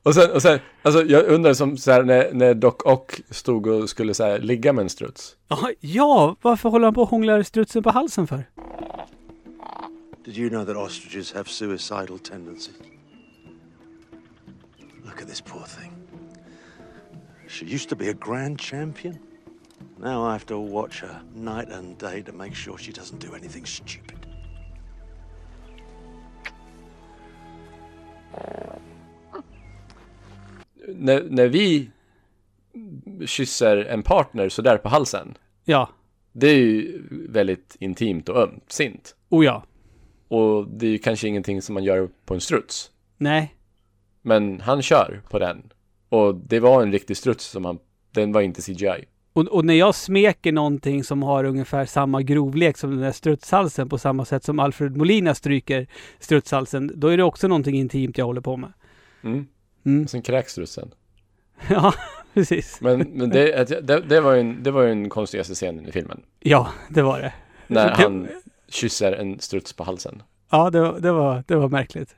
[SPEAKER 2] Och sen, och sen alltså jag undrar som så här när, när Doc Ock stod och skulle så här ligga med en struts.
[SPEAKER 1] Ja, Ja, varför håller han på och hånglar strutsen på halsen för?
[SPEAKER 5] Did you know that ostriches have suicidal tendencies? Look at this poor thing. She used to be a grand champion. Now I have to watch her night and day to make sure she doesn't do anything stupid.
[SPEAKER 2] när, när vi kysser en partner sådär på halsen,
[SPEAKER 1] Ja,
[SPEAKER 2] det är ju väldigt intimt och ömsint.
[SPEAKER 1] oh ja.
[SPEAKER 2] Och det är ju kanske ingenting som man gör på en struts.
[SPEAKER 1] Nej,
[SPEAKER 2] Men han kör på den. Och det var en riktig struts som han, den var inte CGI.
[SPEAKER 1] Och, och när jag smeker någonting som har ungefär samma grovlek som den där strutshalsen på samma sätt som Alfred Molina stryker strutshalsen, då är det också någonting intimt jag håller på med.
[SPEAKER 2] Sen kräks strutsen.
[SPEAKER 1] Ja, precis.
[SPEAKER 2] Men, men det, att jag- det, det var ju en, det var ju den konstigaste scenen i filmen.
[SPEAKER 1] Ja, det var det.
[SPEAKER 2] När
[SPEAKER 1] Det-
[SPEAKER 2] han kysser en struts på halsen.
[SPEAKER 1] Ja, det var, det var, det var märkligt.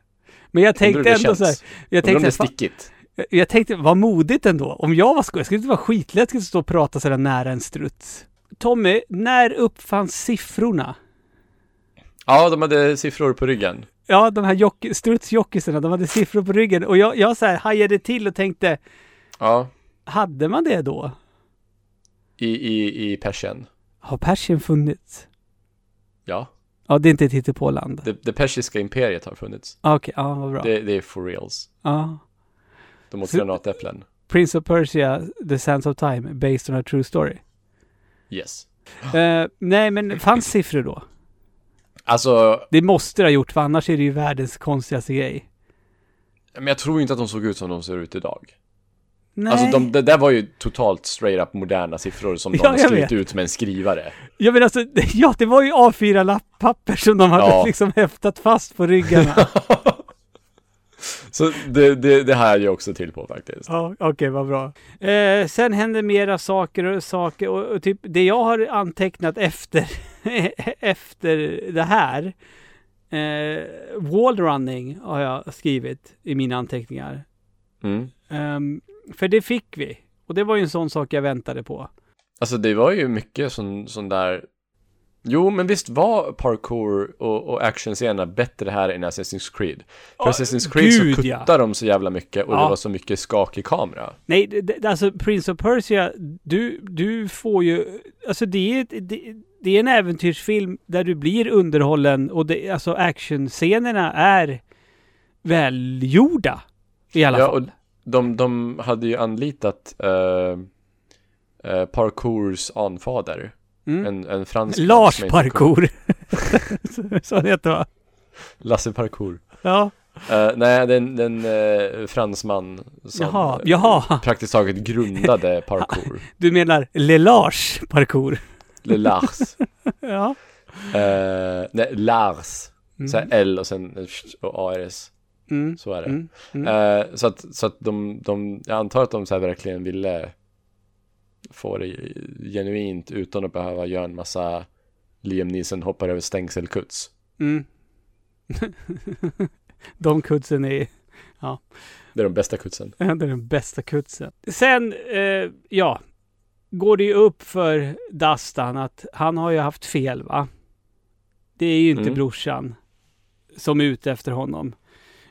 [SPEAKER 1] Men jag
[SPEAKER 2] Undrar hur
[SPEAKER 1] tänkte
[SPEAKER 2] det
[SPEAKER 1] ändå
[SPEAKER 2] känns.
[SPEAKER 1] så här, jag
[SPEAKER 2] Undrar om det är
[SPEAKER 1] tänkte, fan,
[SPEAKER 2] stickigt.
[SPEAKER 1] jag- jag tänkte, vad modigt ändå. Om jag var skoj, jag skulle inte vara skitläskig att stå och prata sådär nära en struts. Tommy, när uppfanns siffrorna?
[SPEAKER 2] Ja, de hade siffror på ryggen.
[SPEAKER 1] Ja, de här jock, strutsjockisarna, de hade siffror på ryggen. Och jag, jag så här hajade till och tänkte,
[SPEAKER 2] Ja,
[SPEAKER 1] Hade man det då?
[SPEAKER 2] i, i, i Persien.
[SPEAKER 1] Har Persien funnits?
[SPEAKER 2] Ja.
[SPEAKER 1] Ja, det är inte ett hittepåland.
[SPEAKER 2] Det, det persiska imperiet har funnits.
[SPEAKER 1] Ah, Okej, ja, vad bra.
[SPEAKER 2] Det, det är for reals.
[SPEAKER 1] Ja.
[SPEAKER 2] De åt
[SPEAKER 1] Så-
[SPEAKER 2] granatäpplen.
[SPEAKER 1] Prince of Persia, The Sands of Time, based on a true story.
[SPEAKER 2] Yes.
[SPEAKER 1] Eh, nej, men fanns siffror då?
[SPEAKER 2] Alltså,
[SPEAKER 1] Det måste det ha gjort, för annars är det ju världens konstigaste grej.
[SPEAKER 2] men jag tror inte att de såg ut som de ser ut idag.
[SPEAKER 1] Nej.
[SPEAKER 2] Alltså de, det där var ju totalt straight up moderna siffror som de
[SPEAKER 1] Ja,
[SPEAKER 2] har
[SPEAKER 1] jag
[SPEAKER 2] skrivit
[SPEAKER 1] vet.
[SPEAKER 2] ut med en skrivare.
[SPEAKER 1] Jag menar alltså, ja det var ju A4-lapppapper som de hade
[SPEAKER 2] Ja.
[SPEAKER 1] liksom häftat fast på ryggarna.
[SPEAKER 2] Så det, det, det här är jag också till på faktiskt.
[SPEAKER 1] ja, Okej, vad bra. Eh, sen händer mera saker och saker och, och typ det jag har antecknat efter, efter det här. Eh, wallrunning har jag skrivit i mina anteckningar.
[SPEAKER 2] Mm.
[SPEAKER 1] Ehm, för det fick vi. Och det var ju en sån sak jag väntade på.
[SPEAKER 2] Alltså det var ju mycket sån, sån där... Jo, men visst var parkour och, och actionscenerna bättre här än Assassin's Creed? För
[SPEAKER 1] Ja,
[SPEAKER 2] Assassin's Creed
[SPEAKER 1] gud,
[SPEAKER 2] så
[SPEAKER 1] ja.
[SPEAKER 2] kuttade de så jävla mycket och
[SPEAKER 1] Ja.
[SPEAKER 2] det var så mycket skakig kamera.
[SPEAKER 1] Nej, det, det, alltså Prince of Persia, du, du får ju... Alltså det är, ett- det, det är en äventyrsfilm där du blir underhållen och det, alltså actionscenerna är välgjorda. I alla
[SPEAKER 2] Ja, och
[SPEAKER 1] fall.
[SPEAKER 2] de, de hade ju anlitat eh, eh, parkours anfader. En, en fransk man
[SPEAKER 1] Lars
[SPEAKER 2] som heter
[SPEAKER 1] Parkour. Så han heter va?
[SPEAKER 2] Lasse Parkour.
[SPEAKER 1] Ja.
[SPEAKER 2] Eh, nej, den, den eh, fransman som
[SPEAKER 1] Jaha,
[SPEAKER 2] eh,
[SPEAKER 1] jaha.
[SPEAKER 2] praktiskt taget grundade parkour.
[SPEAKER 1] Du menar Le Lars Parkour?
[SPEAKER 2] Le Lars.
[SPEAKER 1] Ja.
[SPEAKER 2] Eh, nej, Lars. Så här L och sen och ARS.
[SPEAKER 1] Mm.
[SPEAKER 2] Så är det. Eh, så att, så att de, de, jag antar att de så här verkligen ville få det genuint utan att behöva göra en massa Liam Neeson hoppar över stängselkuts.
[SPEAKER 1] Mm. De kudsen är...
[SPEAKER 2] Det är de bästa kutsen.
[SPEAKER 1] Det är den bästa kutsen. Sen, eh, ja, går det ju upp för Dastan att han har ju haft fel, va? Det är ju inte
[SPEAKER 2] Mm.
[SPEAKER 1] brorsan som är ute efter honom.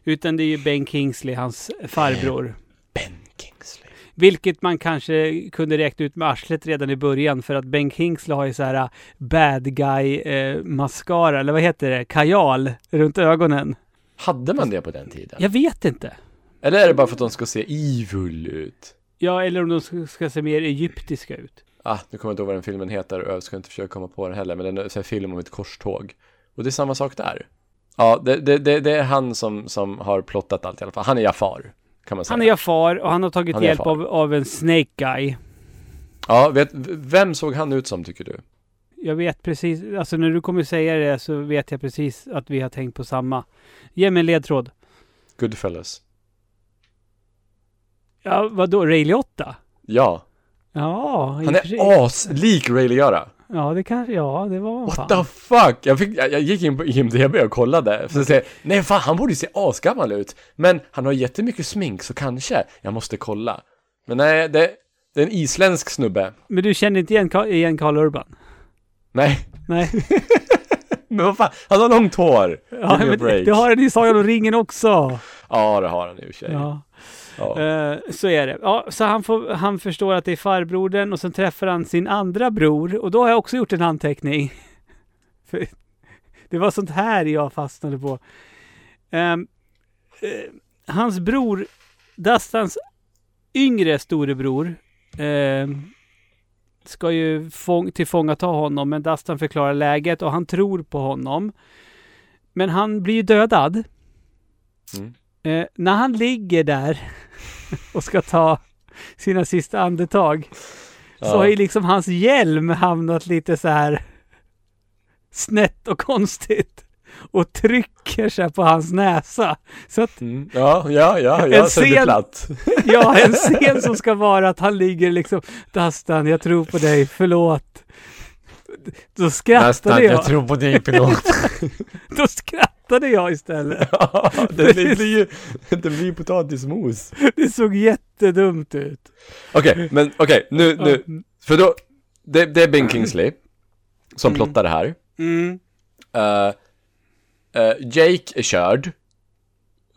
[SPEAKER 1] Utan det är ju Ben Kingsley, hans farbror.
[SPEAKER 2] Ben Kingsley.
[SPEAKER 1] Vilket man kanske kunde räkna ut med arslet redan i början för att Ben Kingsley har ju så här eh, bad guy eh, mascara, eller vad heter det, kajal runt ögonen.
[SPEAKER 2] Hade man det på den tiden?
[SPEAKER 1] Jag vet inte.
[SPEAKER 2] Eller är det bara för att de ska se evil ut?
[SPEAKER 1] Ja, eller om de ska- ska se mer egyptiska ut.
[SPEAKER 2] Ah, nu kommer jag inte ihåg vad den filmen heter och jag ska inte försöka komma på den heller, men den är så här film om ett korståg. Och det är samma sak där. Ja, det, det, det, det är han som, som har plottat allt i alla fall. Han är Jafar, kan man säga.
[SPEAKER 1] Han är Jafar och han har tagit
[SPEAKER 2] Han är
[SPEAKER 1] hjälp
[SPEAKER 2] Jafar.
[SPEAKER 1] av, av en Snake Guy.
[SPEAKER 2] Ja, vet, v- vem såg han ut som tycker du?
[SPEAKER 1] Jag vet precis, alltså när du kommer säga det så vet jag precis att vi har tänkt på samma. Ge mig en ledtråd.
[SPEAKER 2] Goodfellas.
[SPEAKER 1] Ja, vadå, Ray Liotta?
[SPEAKER 2] Ja,
[SPEAKER 1] Ja, i och
[SPEAKER 2] han
[SPEAKER 1] för
[SPEAKER 2] är
[SPEAKER 1] sig.
[SPEAKER 2] aslik Ray Liotta.
[SPEAKER 1] Ja, det kanske, ja, det var
[SPEAKER 2] What
[SPEAKER 1] fan.
[SPEAKER 2] the fuck? Jag, fick, jag, jag gick in på IMDB och kollade. För att säga, nej fan, han borde ju se asgammal ut. Men han har jättemycket smink, så kanske. Jag måste kolla. Men nej, det, det är en isländsk snubbe.
[SPEAKER 1] Men du känner inte igen, Ka- igen Karl Urban?
[SPEAKER 2] Nej.
[SPEAKER 1] Nej.
[SPEAKER 2] Men vad fan, han har långt hår!
[SPEAKER 1] Ja,
[SPEAKER 2] Give me a
[SPEAKER 1] men
[SPEAKER 2] break.
[SPEAKER 1] det har han i Sagan om ringen också.
[SPEAKER 2] Ja, det har han i och för sig.
[SPEAKER 1] Ja.
[SPEAKER 2] Ja.
[SPEAKER 1] Eh, så är det. Ja, så han, får, han förstår att det är farbrodern och sen träffar han sin andra bror och då har jag också gjort en anteckning. För det var sånt här jag fastnade på. Ehm, eh, hans bror, Dastans yngre storebror, ehm, ska ju fång, tillfångata honom men Dastan förklarar läget och han tror på honom. Men han blir ju dödad.
[SPEAKER 2] Mm.
[SPEAKER 1] Eh, när han ligger där och ska ta sina sista andetag så
[SPEAKER 2] Ja.
[SPEAKER 1] har ju liksom hans hjälm hamnat lite så här snett och konstigt och trycker sig på hans näsa. Så att
[SPEAKER 2] Mm. ja, ja, ja, ja,
[SPEAKER 1] En
[SPEAKER 2] så det
[SPEAKER 1] scen-
[SPEAKER 2] är platt.
[SPEAKER 1] jag har en scen som ska vara att han ligger liksom Dastan, jag tror på dig, förlåt. Då skrattade jag.
[SPEAKER 2] tror på dig pilot.
[SPEAKER 1] Då skrattade jag istället.
[SPEAKER 2] ja, det blir det blir ju, det blir ju potatismos.
[SPEAKER 1] Det såg jättedumt ut.
[SPEAKER 2] Okej, men okej, nu, nu, för då, det, det är Ben Kingsley
[SPEAKER 1] Mm.
[SPEAKER 2] som plottar det här. Eh, eh, Jake är körd,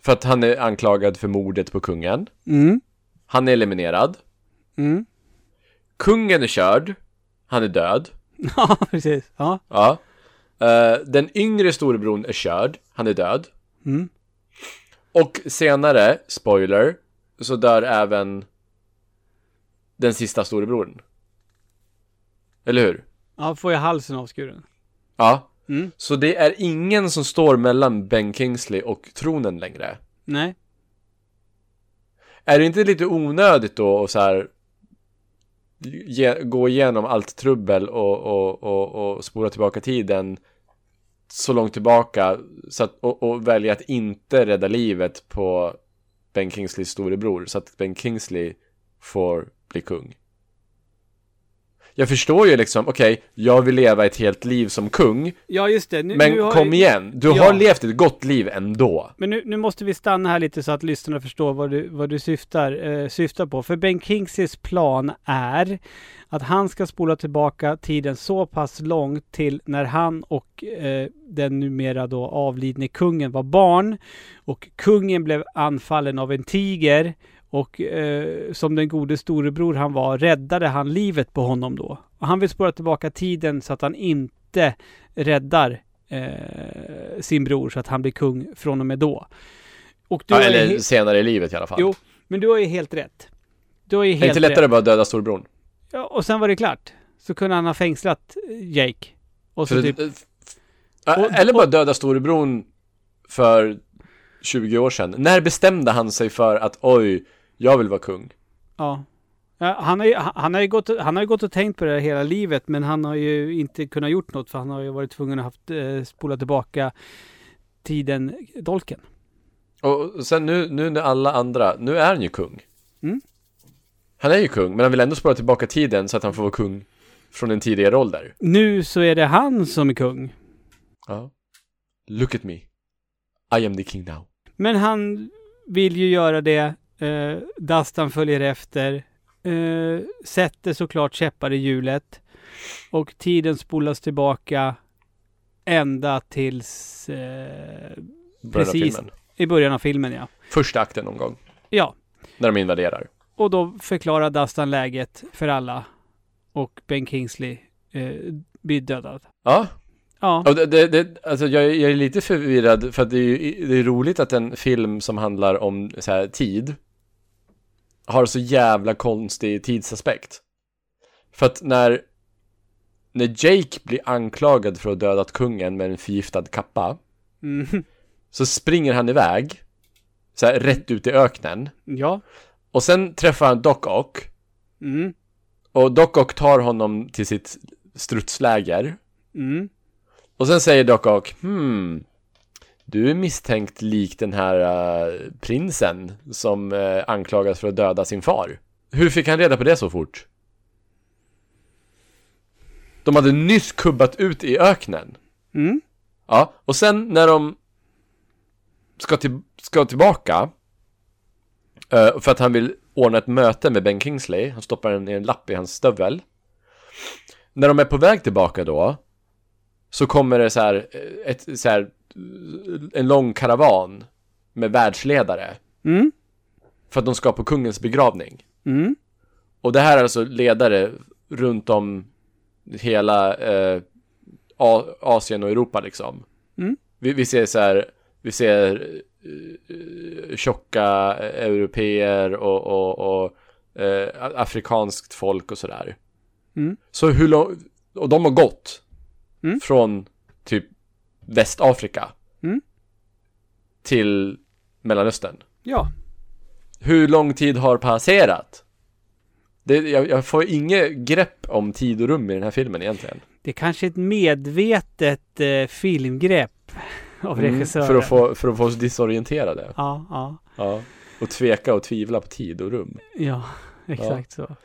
[SPEAKER 2] för att han är anklagad för mordet på kungen.
[SPEAKER 1] Mm.
[SPEAKER 2] Han är eliminerad.
[SPEAKER 1] Mm.
[SPEAKER 2] Kungen är körd, han är död.
[SPEAKER 1] Ja, precis. Ja.
[SPEAKER 2] Ja. Eh, den yngre storebron är körd. Han är död. Och senare, spoiler, så dör även den sista storebrodern. Eller hur?
[SPEAKER 1] ja, får jag halsen avskuren.
[SPEAKER 2] Ja. Så det är ingen som står mellan Ben Kingsley och tronen längre.
[SPEAKER 1] Nej.
[SPEAKER 2] Är det inte lite onödigt då att så här ge, gå igenom allt trubbel och, och, och, och spola tillbaka tiden så långt tillbaka så att, och, och välja att inte rädda livet på Ben Kingsleys storebror så att Ben Kingsley får bli kung? Jag förstår ju liksom, okej, jag vill leva ett helt liv som kung,
[SPEAKER 1] Ja, just det. Nu, nu
[SPEAKER 2] men
[SPEAKER 1] har
[SPEAKER 2] kom igen, du
[SPEAKER 1] Ja.
[SPEAKER 2] har levt ett gott liv ändå.
[SPEAKER 1] Men nu, nu måste vi stanna här lite så att lyssnarna förstår vad du, vad du syftar, eh, syftar på. För Ben Kingseys plan är att han ska spola tillbaka tiden så pass långt till när han och eh, den numera då avlidne kungen var barn. Och kungen blev anfallen av en tiger. Och eh, som den gode storebror han var räddade han livet på honom då. Och han vill spola tillbaka tiden så att han inte räddar eh, sin bror så att han blir kung från och med då. Och du
[SPEAKER 2] Ja,
[SPEAKER 1] har ju
[SPEAKER 2] eller
[SPEAKER 1] he-
[SPEAKER 2] senare i livet i alla fall.
[SPEAKER 1] Jo, men du har ju helt rätt. Du har ju
[SPEAKER 2] det är
[SPEAKER 1] helt
[SPEAKER 2] inte lättare
[SPEAKER 1] rätt.
[SPEAKER 2] att bara döda storebror.
[SPEAKER 1] Ja, och sen var det klart. Så kunde han ha fängslat eh, Jake. Och så
[SPEAKER 2] För,
[SPEAKER 1] typ,
[SPEAKER 2] eh, f- ja,
[SPEAKER 1] Och-
[SPEAKER 2] eller bara döda storebron för 20 år sedan. När bestämde han sig för att oj, jag vill vara kung?
[SPEAKER 1] ja. Ja, han, har ju, han, han har ju gått, han har ju gått och tänkt på det här hela livet men han har ju inte kunnat gjort något för han har ju varit tvungen att haft, eh, spola tillbaka tiden, dolken.
[SPEAKER 2] Och sen nu, nu när alla andra, nu är han ju kung.
[SPEAKER 1] Mm.
[SPEAKER 2] Han är ju kung, men han vill ändå spara tillbaka tiden så att han får vara kung från en tidigare ålder.
[SPEAKER 1] Nu så är det han som är kung.
[SPEAKER 2] Ja. Look at me. I am the king now.
[SPEAKER 1] Men han vill ju göra det. Eh, Dastan följer efter. Eh, sätter såklart käppar i hjulet. Och tiden spolas tillbaka ända tills eh,
[SPEAKER 2] Början av
[SPEAKER 1] precis
[SPEAKER 2] filmen.
[SPEAKER 1] i början av filmen. Ja.
[SPEAKER 2] Första akten någon gång,
[SPEAKER 1] ja,
[SPEAKER 2] när de invaderar.
[SPEAKER 1] och då förklarar Dastan läget för alla. Och Ben Kingsley eh, blir dödad.
[SPEAKER 2] Ja,
[SPEAKER 1] Ja,
[SPEAKER 2] Och det, det, det, alltså jag, är- jag är lite förvirrad för att det är, ju, det är roligt att en film som handlar om så här, tid har så jävla konstig tidsaspekt. För att när, när Jake blir anklagad för att ha dödat kungen med en förgiftad kappa
[SPEAKER 1] mm,
[SPEAKER 2] så springer han iväg så här, rätt ut i öknen
[SPEAKER 1] ja,
[SPEAKER 2] och sen träffar han Doc Ock
[SPEAKER 1] mm,
[SPEAKER 2] och Doc Ock tar honom till sitt strutsläger
[SPEAKER 1] mm,
[SPEAKER 2] Och sen säger Doc Ock, hmm, du är misstänkt lik den här eh, prinsen som eh, anklagas för att döda sin far. Hur fick han reda på det så fort? De hade nyss kubbat ut i öknen.
[SPEAKER 1] mm,
[SPEAKER 2] Ja, och sen när de ska, till, ska tillbaka eh, för att han vill ordna ett möte med Ben Kingsley, han stoppar en, en lapp i hans stövel. När de är på väg tillbaka då så kommer det så här, eh, ett, så här eh, en lång karavan med världsledare
[SPEAKER 1] Mm.
[SPEAKER 2] för att de ska på kungens begravning.
[SPEAKER 1] mm,
[SPEAKER 2] Och det här är alltså ledare runt om hela eh, A- Asien och Europa liksom.
[SPEAKER 1] Mm.
[SPEAKER 2] Vi, vi ser så här, vi ser eh, tjocka eh, europeer och, och, och eh, a- afrikanskt folk och sådär.
[SPEAKER 1] Mm.
[SPEAKER 2] Så hur lång, och de har gått
[SPEAKER 1] Mm.
[SPEAKER 2] från typ Västafrika
[SPEAKER 1] Mm.
[SPEAKER 2] till Mellanöstern
[SPEAKER 1] ja.
[SPEAKER 2] hur lång tid har passerat? Det, jag, jag får inget grepp om tid och rum i den här filmen egentligen.
[SPEAKER 1] Det är kanske är ett medvetet eh, filmgrepp av regissören.
[SPEAKER 2] Mm, För att, få, för att få oss disorienterade.
[SPEAKER 1] Ja, ja,
[SPEAKER 2] Ja. Och tveka och tvivla på tid och rum.
[SPEAKER 1] ja, exakt så.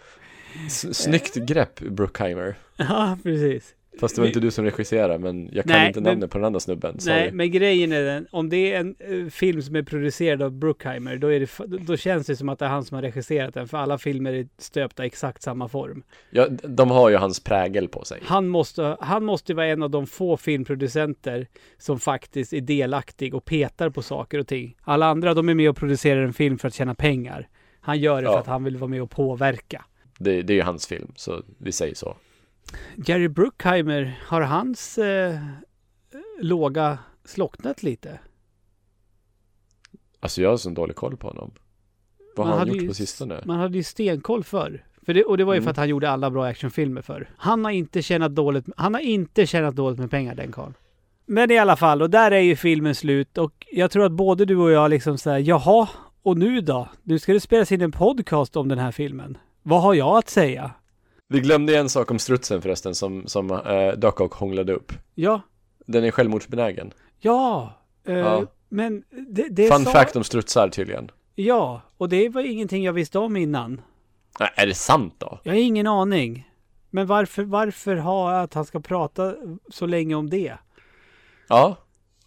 [SPEAKER 2] S- snyggt grepp, Bruckheimer.
[SPEAKER 1] Ja, precis.
[SPEAKER 2] Fast det var inte du som regisserar, men jag kan
[SPEAKER 1] Nej,
[SPEAKER 2] inte
[SPEAKER 1] men-
[SPEAKER 2] namnet på den andra snubben. Sorry.
[SPEAKER 1] Nej, men grejen är den, om det är en eh, film som är producerad av Bruckheimer, då, är det, f- då känns det som att det är han som har regisserat den, för alla filmer är stöpta i exakt samma form.
[SPEAKER 2] Ja, de har ju hans prägel på sig.
[SPEAKER 1] Han måste, han måste vara en av de få filmproducenter som faktiskt är delaktig och petar på saker och ting. Alla andra, de är med och producerar en film för att tjäna pengar. Han gör det
[SPEAKER 2] Ja.
[SPEAKER 1] för att han vill vara med och påverka.
[SPEAKER 2] Det, det är ju hans film, så vi säger så.
[SPEAKER 1] Jerry Bruckheimer, har hans eh, låga slocknat lite?
[SPEAKER 2] Alltså jag har så dålig koll på honom. Vad
[SPEAKER 1] Man
[SPEAKER 2] har han
[SPEAKER 1] hade
[SPEAKER 2] gjort
[SPEAKER 1] ju-
[SPEAKER 2] på sistone? Mm.
[SPEAKER 1] Man hade ju stenkoll förr. För det, och det var ju för att han gjorde alla bra actionfilmer förr. Han har inte tjänat dåligt, han har inte tjänat dåligt med pengar den karln. Men i alla fall, och där är ju filmen slut och jag tror att både du och jag liksom säger jaha, och nu då? Nu ska det spelas in en podcast om den här filmen. Vad har jag att säga?
[SPEAKER 2] Vi glömde en sak om strutsen förresten som, som eh, dök och hånglade upp.
[SPEAKER 1] Ja,
[SPEAKER 2] Den är självmordsbenägen.
[SPEAKER 1] ja, eh,
[SPEAKER 2] Ja.
[SPEAKER 1] men det, det
[SPEAKER 2] Fun
[SPEAKER 1] sa-
[SPEAKER 2] fact om strutsar tydligen.
[SPEAKER 1] Ja, och det var ingenting jag visste om innan.
[SPEAKER 2] Nej, är det sant då?
[SPEAKER 1] Jag har ingen aning. Men varför, varför har jag att han ska prata så länge om det?
[SPEAKER 2] Ja.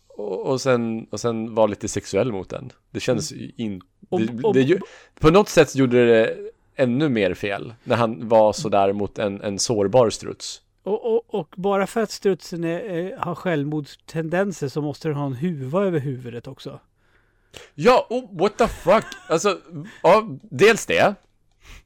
[SPEAKER 2] Och, och sen, och sen var lite sexuell mot den. Det känns ju in...
[SPEAKER 1] Och-
[SPEAKER 2] det,
[SPEAKER 1] och-
[SPEAKER 2] det, ju- på något sätt gjorde det ännu mer fel. När han var sådär mot en, en sårbar struts.
[SPEAKER 1] Och, och, och bara för att strutsen är, är, har självmordstendenser så måste den ha en huva över huvudet också.
[SPEAKER 2] Ja, oh, what the fuck? Alltså, ja, dels det.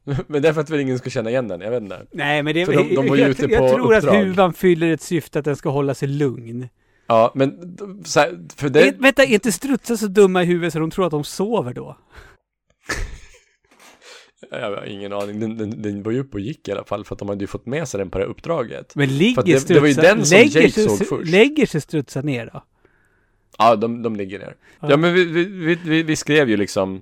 [SPEAKER 2] Men därför att väl ingen ska känna igen den, jag vet inte.
[SPEAKER 1] Nej, men det,
[SPEAKER 2] För de- de var ju
[SPEAKER 1] jag,
[SPEAKER 2] ute
[SPEAKER 1] jag
[SPEAKER 2] på
[SPEAKER 1] tror
[SPEAKER 2] uppdrag.
[SPEAKER 1] att huvan fyller ett syfte att den ska hålla sig lugn.
[SPEAKER 2] Ja, men så här, för det...
[SPEAKER 1] Är, vänta, är inte strutsar så dumma i huvudet så de tror att de sover då?
[SPEAKER 2] Jag har ingen aning, den, den, den var ju uppe och gick i alla fall för att de hade ju fått med sig den på det här uppdraget.
[SPEAKER 1] Men ligger
[SPEAKER 2] För att det-
[SPEAKER 1] strutsar...
[SPEAKER 2] det var ju den som
[SPEAKER 1] lägger
[SPEAKER 2] Jake
[SPEAKER 1] sig-
[SPEAKER 2] såg först.
[SPEAKER 1] Lägger sig strutsar ner då?
[SPEAKER 2] Ja, de, de ligger ner. Ja, men vi, vi, vi, vi, vi skrev ju liksom...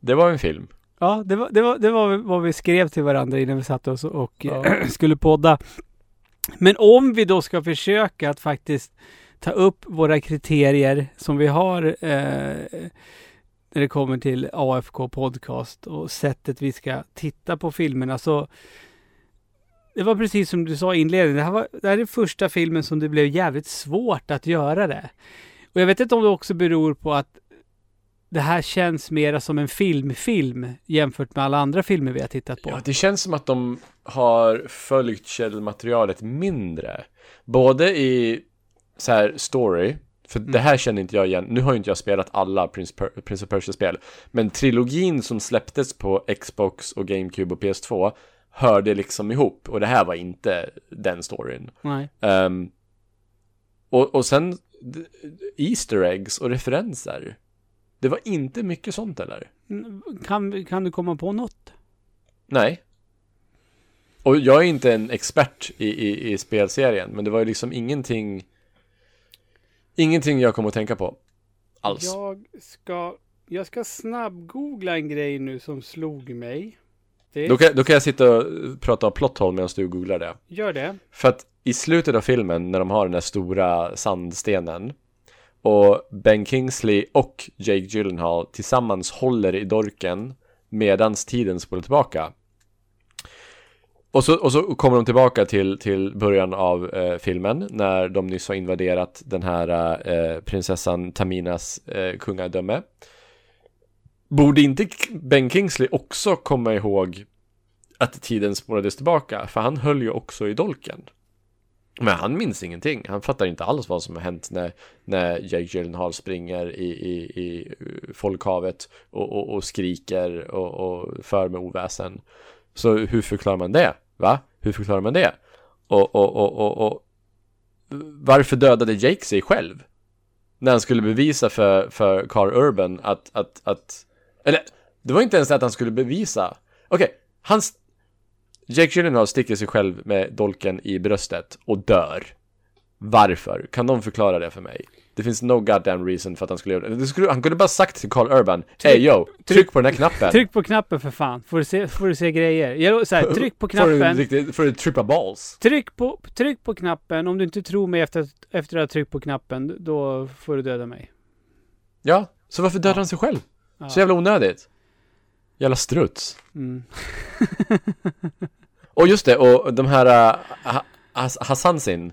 [SPEAKER 2] Det var en film.
[SPEAKER 1] Ja, det var, det var, det var vad vi skrev till varandra innan vi satte oss och
[SPEAKER 2] Ja.
[SPEAKER 1] skulle podda. Men om vi då ska försöka att faktiskt ta upp våra kriterier som vi har eh, när det kommer till AFK Podcast och sättet vi ska titta på filmerna så det var precis som du sa i inledningen. Det här, var, det här är första filmen som det blev jävligt svårt att göra det. Och jag vet inte om det också beror på att det här känns mera som en filmfilm jämfört med alla andra filmer vi har tittat på.
[SPEAKER 2] Ja, det känns som att de har följt källmaterialet mindre. Både i så här story, för det här känner inte jag igen. Nu har ju inte jag spelat alla Prince, per- Prince of Persia-spel. Men trilogin som släpptes på Xbox och GameCube och PS2 hörde liksom ihop. Och det här var inte den storyn.
[SPEAKER 1] Nej.
[SPEAKER 2] Ehm, och, och sen d- Easter eggs och referenser. Det var inte mycket sånt eller?
[SPEAKER 1] Kan, kan du komma på något?
[SPEAKER 2] Nej. Och jag är inte en expert i, i, i spelserien, men det var ju liksom ingenting Ingenting jag kom att tänka på. Alls.
[SPEAKER 1] Jag ska, jag ska snabbgoogla en grej nu som slog mig. Det,
[SPEAKER 2] Då, kan, då kan jag sitta och prata om plot hole medan du googlar det.
[SPEAKER 1] Gör det.
[SPEAKER 2] För att i slutet av filmen när de har den där stora sandstenen och Ben Kingsley och Jake Gyllenhaal tillsammans håller i dorken medans tiden spolar tillbaka. Och så, och så kommer de tillbaka till, till början av eh, filmen när de nyss har invaderat den här eh, prinsessan Taminas eh, kungadöme. Borde inte K- Ben Kingsley också komma ihåg att tiden spårades tillbaka, för han höll ju också i dolken. Men han minns ingenting. Han fattar inte alls vad som har hänt när, när Jake Gyllenhaal springer i, i, i eh, folkhavet och, och, och skriker och, och för med oväsen. Så hur förklarar man det? Va? Hur förklarar man det? Och, och, och, och, och varför dödade Jake sig själv? När han skulle bevisa för, för Carl Urban att, att, att... Eller, det var inte ens att han skulle bevisa. Okej, han... st- Jake Gyllenhaal sticker sig själv med dolken i bröstet och dör. Varför? Kan någon förklara det för mig? Det finns no goddamn reason för att han skulle göra det. det skulle, han kunde bara sagt till Carl Urban, Hey yo, tryck på den här knappen.
[SPEAKER 1] Tryck på knappen för fan. Får du se, får du se grejer. Jag, så här, tryck på
[SPEAKER 2] Får du,
[SPEAKER 1] knappen.
[SPEAKER 2] riktigt- får du trippa balls?
[SPEAKER 1] Tryck på, tryck på knappen. Om du inte tror mig efter, att- efter att ha tryckt på knappen, då får du döda mig.
[SPEAKER 2] Ja, så varför dödar han sig själv? Så jävla onödigt. Jävla struts.
[SPEAKER 1] Mm.
[SPEAKER 2] och just det, och de här äh, ha, Has- Hassansin,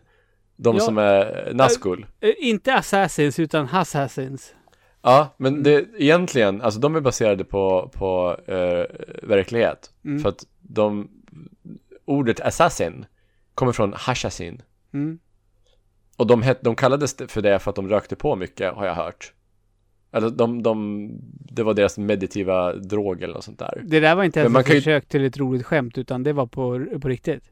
[SPEAKER 2] de
[SPEAKER 1] Ja.
[SPEAKER 2] som är Nazgul.
[SPEAKER 1] Eh, inte Assassins, utan Hassassins.
[SPEAKER 2] Ja, men det egentligen, alltså de är baserade på, på eh, verklighet. För att de, ordet assassin kommer från hashassin. Och de, het, de kallades det för det för att de rökte på mycket, har jag hört. Eller de, de, det var deras meditiva drog eller något sånt där.
[SPEAKER 1] Det där var inte
[SPEAKER 2] Men
[SPEAKER 1] ens
[SPEAKER 2] man
[SPEAKER 1] ett
[SPEAKER 2] kan ju-
[SPEAKER 1] försök till ett roligt skämt, utan det var på, på riktigt.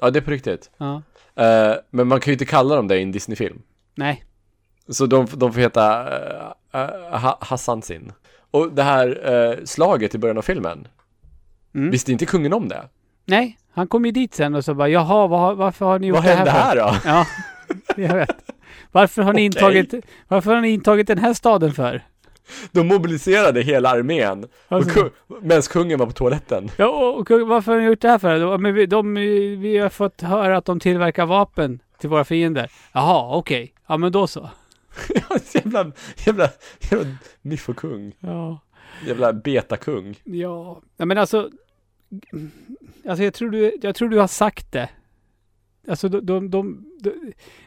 [SPEAKER 2] Ja, det är på riktigt.
[SPEAKER 1] Ja.
[SPEAKER 2] Eh, men man kan ju inte kalla dem det i en Disney-film.
[SPEAKER 1] Nej.
[SPEAKER 2] Så de, de får heta uh, Hassansin. Och det här eh, slaget i början av filmen.
[SPEAKER 1] Mm.
[SPEAKER 2] Visste inte kungen om det?
[SPEAKER 1] Nej, han kom ju dit sen och så bara jaha, vad, har- varför har ni gjort
[SPEAKER 2] Vad
[SPEAKER 1] det här?
[SPEAKER 2] hände här
[SPEAKER 1] för?"
[SPEAKER 2] då?
[SPEAKER 1] Ja. jag vet. Varför har, ni intagit, varför har ni intagit den här staden för?
[SPEAKER 2] De mobiliserade hela armén. Och
[SPEAKER 1] Alltså.
[SPEAKER 2] ku- medan kungen var på toaletten.
[SPEAKER 1] Ja, och, och kung, varför har ni gjort det här för? De, men vi, de, vi har fått höra att de tillverkar vapen till våra fiender. Jaha, okej. Ja, men då så.
[SPEAKER 2] jävla, jävla, jävla miffokung.
[SPEAKER 1] Ja.
[SPEAKER 2] Jävla betakung.
[SPEAKER 1] Ja, Nej, men alltså... Alltså jag tror du, jag tror du har sagt det. Alltså de, de, de, de,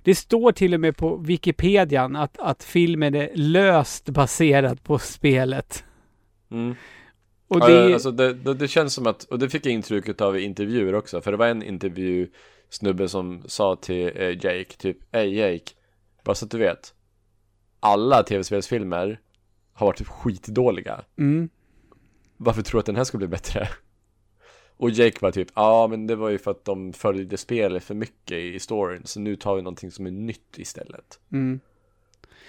[SPEAKER 1] det står till och med på Wikipedian att, att filmen är löst baserad på spelet.
[SPEAKER 2] Mm.
[SPEAKER 1] Och
[SPEAKER 2] Ja,
[SPEAKER 1] det, är-
[SPEAKER 2] alltså det, det, det känns som att, och det fick jag intrycket av i intervjuer också, för det var en intervju snubbe som sa till eh, Jake, typ, hej Jake, bara så att du vet, alla tv-spelsfilmer har varit typ skitdåliga.
[SPEAKER 1] mm,
[SPEAKER 2] Varför tror du att den här ska bli bättre? Och Jake var typ, ja men det var ju för att de följde spelet för mycket i storyn, så nu tar vi någonting som är nytt istället.
[SPEAKER 1] mm.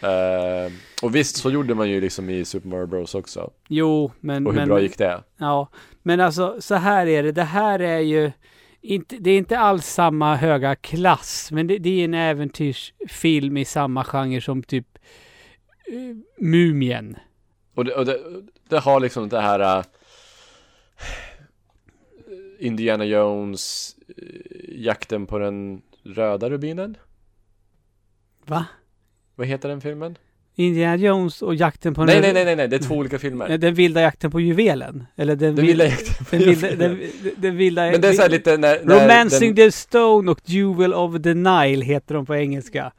[SPEAKER 2] Eh, och visst, så gjorde man ju liksom i Super Mario Bros också.
[SPEAKER 1] Jo, men...
[SPEAKER 2] Och hur
[SPEAKER 1] men,
[SPEAKER 2] bra gick det?
[SPEAKER 1] Ja, men alltså så här är det. Det här är ju inte, det är inte alls samma höga klass, men det, det är en äventyrsfilm i samma genre som typ eh, Mumien.
[SPEAKER 2] Och det, och det, det har liksom det här eh, Indiana Jones eh, Jakten på den röda rubinen
[SPEAKER 1] Va?
[SPEAKER 2] Vad heter den filmen?
[SPEAKER 1] Indiana Jones och jakten på
[SPEAKER 2] Nej,
[SPEAKER 1] den,
[SPEAKER 2] nej, nej, nej, nej, det är två olika filmer
[SPEAKER 1] den vilda jakten på juvelen. Eller den,
[SPEAKER 2] Den
[SPEAKER 1] vil-
[SPEAKER 2] vilda jakten på
[SPEAKER 1] den vilda,
[SPEAKER 2] den,
[SPEAKER 1] den, den vilda
[SPEAKER 2] Men det är såhär lite när, när
[SPEAKER 1] Romancing
[SPEAKER 2] den,
[SPEAKER 1] the Stone och Jewel of the Nile heter de på engelska.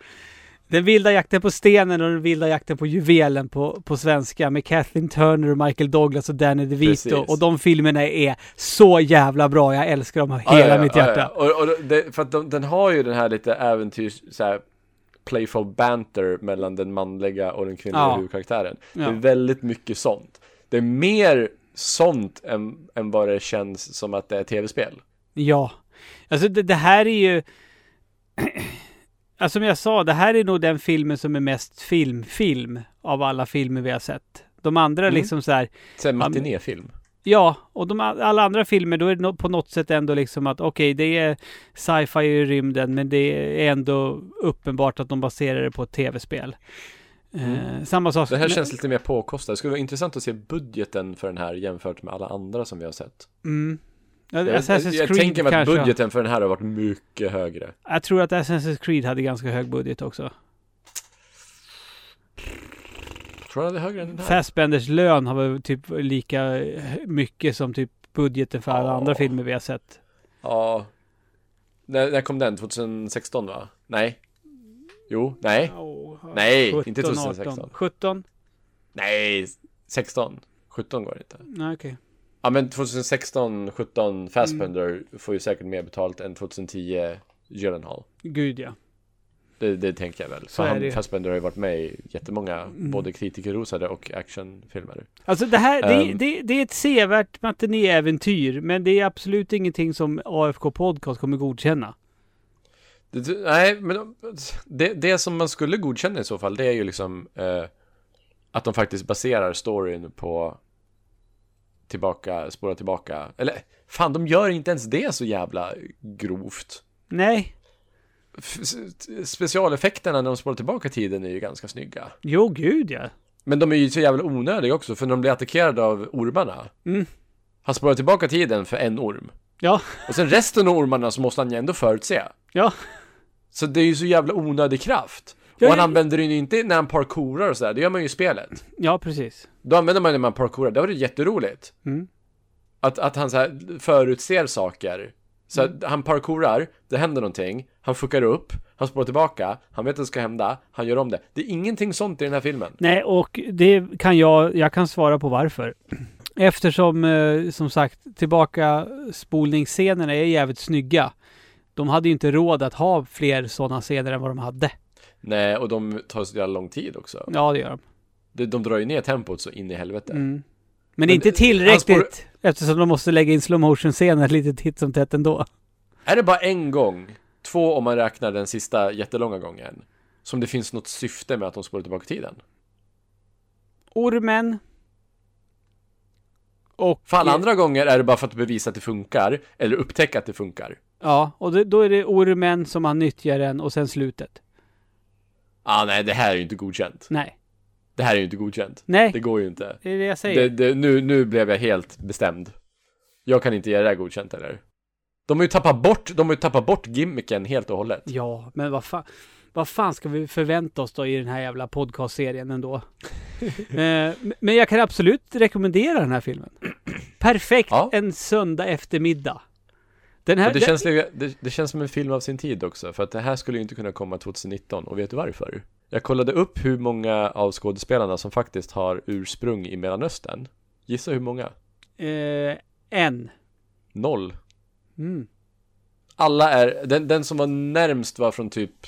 [SPEAKER 1] Den vilda jakten på stenen och den vilda jakten på juvelen på, på svenska med Kathleen Turner och Michael Douglas och Danny DeVito.
[SPEAKER 2] Precis.
[SPEAKER 1] Och de filmerna är så jävla bra. Jag älskar dem av
[SPEAKER 2] Ja,
[SPEAKER 1] hela
[SPEAKER 2] ja, ja,
[SPEAKER 1] mitt
[SPEAKER 2] ja,
[SPEAKER 1] hjärta.
[SPEAKER 2] ja. Och, och det, för att de, den har ju den här lite äventyrs, så här playful banter mellan den manliga och den kvinnliga
[SPEAKER 1] Ja.
[SPEAKER 2] huvudkaraktären. Det
[SPEAKER 1] Ja.
[SPEAKER 2] är väldigt mycket sånt. Det är mer sånt än, än vad det känns som att det är tv-spel.
[SPEAKER 1] Ja. Alltså det, det här är ju... alltså som jag sa, det här är nog den filmen som är mest filmfilm av alla filmer vi har sett. De andra
[SPEAKER 2] Mm.
[SPEAKER 1] liksom så här,
[SPEAKER 2] Så en
[SPEAKER 1] Ja, men-
[SPEAKER 2] matinéfilm.
[SPEAKER 1] ja, och de, a- alla andra filmer då är det nå- på något sätt ändå liksom att okej, det är sci-fi i rymden, men det är ändå uppenbart att de baserar det på ett tv-spel. Eh, samma sak.
[SPEAKER 2] Mm. Det här
[SPEAKER 1] men-
[SPEAKER 2] känns lite mer påkostat. Det skulle vara intressant att se budgeten för den här jämfört med alla andra som vi har sett.
[SPEAKER 1] Mm. Ja,
[SPEAKER 2] Jag,
[SPEAKER 1] Assassin's
[SPEAKER 2] jag, jag
[SPEAKER 1] Creed
[SPEAKER 2] tänker mig att
[SPEAKER 1] kanske.
[SPEAKER 2] budgeten för den här har varit mycket högre.
[SPEAKER 1] Jag tror att Assassin's Creed hade ganska hög budget också.
[SPEAKER 2] Tror du den är högre än den här?
[SPEAKER 1] Fassbenders lön har väl typ lika mycket som typ budgeten för alla
[SPEAKER 2] Ja.
[SPEAKER 1] andra filmer vi har sett.
[SPEAKER 2] Ja. När, när kom den? 2016 va? Nej. Jo, nej. Nej, inte 2016.
[SPEAKER 1] 18. 17?
[SPEAKER 2] Nej, 16. 17 går det inte.
[SPEAKER 1] Nej, okej.
[SPEAKER 2] Ja men 2016, 17,
[SPEAKER 1] Mm.
[SPEAKER 2] Fassbender får ju säkert mer betalt än 2010 Gyllenhaal.
[SPEAKER 1] Gud ja.
[SPEAKER 2] Det, det tänker jag väl.
[SPEAKER 1] Så
[SPEAKER 2] Så
[SPEAKER 1] är
[SPEAKER 2] han,
[SPEAKER 1] det ju. Mm.
[SPEAKER 2] Fassbender har ju varit med i jättemånga, både kritikerrosade och actionfilmer.
[SPEAKER 1] Alltså det här, det,
[SPEAKER 2] Ehm.
[SPEAKER 1] det, det är ett sevärt matinéäventyr, men det är absolut ingenting som AFK Podcast kommer godkänna.
[SPEAKER 2] Det- det- Nej, men de- det, det som man skulle godkänna i så fall, det är ju liksom eh, att de faktiskt baserar storyn på tillbaka, spåra tillbaka, eller fan, de gör inte ens det så jävla grovt.
[SPEAKER 1] Nej.
[SPEAKER 2] F- s- Specialeffekterna när de spårar tillbaka tiden är ju ganska snygga.
[SPEAKER 1] Jo, gud ja.
[SPEAKER 2] Men de är ju så jävla onödiga också, för när de blir attackerade av ormarna. Han spårar tillbaka tiden för en orm.
[SPEAKER 1] Ja,
[SPEAKER 2] Och sen resten av ormarna så måste han ju ändå förutse.
[SPEAKER 1] ja.
[SPEAKER 2] Så det är ju så jävla onödig kraft.
[SPEAKER 1] Ja,
[SPEAKER 2] Och han
[SPEAKER 1] ja.
[SPEAKER 2] använder den ju inte när han parkourar och sådär, det gör man ju i spelet.
[SPEAKER 1] Ja, precis.
[SPEAKER 2] Då använder man den när man parkourar, det var ju jätteroligt.
[SPEAKER 1] Mm.
[SPEAKER 2] Att, att han så här förutser saker. Så att
[SPEAKER 1] Mm.
[SPEAKER 2] han parkourar, det händer någonting, han fuckar upp, han spårar tillbaka, han vet att det ska hända, han gör om det. Det är ingenting sånt i den här filmen.
[SPEAKER 1] Nej, och det kan jag, jag kan svara på varför. Eftersom, eh, som sagt, tillbaka spolningsscenerna är jävligt snygga. De hade ju inte råd att ha fler sådana scener än vad de hade.
[SPEAKER 2] Nej, och de tar så jävla lång tid också.
[SPEAKER 1] Ja, Mm. det gör de.
[SPEAKER 2] De, de drar ju ner tempot så in i helvete.
[SPEAKER 1] Men, inte tillräckligt eftersom de måste lägga in slow motion scener lite titt som tätt ändå.
[SPEAKER 2] Är det bara en gång, två om man räknar den sista jättelånga gången, som det finns något syfte med att de spårar tillbaka tiden?
[SPEAKER 1] Ormen. Och...
[SPEAKER 2] För alla andra gånger är det bara för att bevisa att det funkar, eller upptäcka att det funkar.
[SPEAKER 1] Ja, och det, då är det ormen som han nyttjar den och sen slutet.
[SPEAKER 2] ah, nej, det här är ju inte godkänt.
[SPEAKER 1] Nej,
[SPEAKER 2] Det här är ju inte godkänt.
[SPEAKER 1] Nej.
[SPEAKER 2] Det går ju inte.
[SPEAKER 1] det är det jag säger.
[SPEAKER 2] Det, det, nu, nu blev jag helt bestämd. Jag kan inte ge det här godkänt eller? De har ju tappat bort, de har ju tappat bort gimmicken helt och hållet.
[SPEAKER 1] Ja, men vad fan. Vad fan ska vi förvänta oss då i den här jävla podcastserien ändå? eh, men jag kan absolut rekommendera den här filmen. Perfekt
[SPEAKER 2] Ja.
[SPEAKER 1] en söndag eftermiddag. Den här,
[SPEAKER 2] Men det, känns, lite- det, det känns som en film av sin tid också, för att det här skulle ju inte kunna komma 2019, och vet du varför? Jag kollade upp hur många av skådespelarna som faktiskt har ursprung i Mellanöstern. Gissa hur många?
[SPEAKER 1] eh, en.
[SPEAKER 2] Noll.
[SPEAKER 1] Mm.
[SPEAKER 2] Alla är, den, den som var närmst var från typ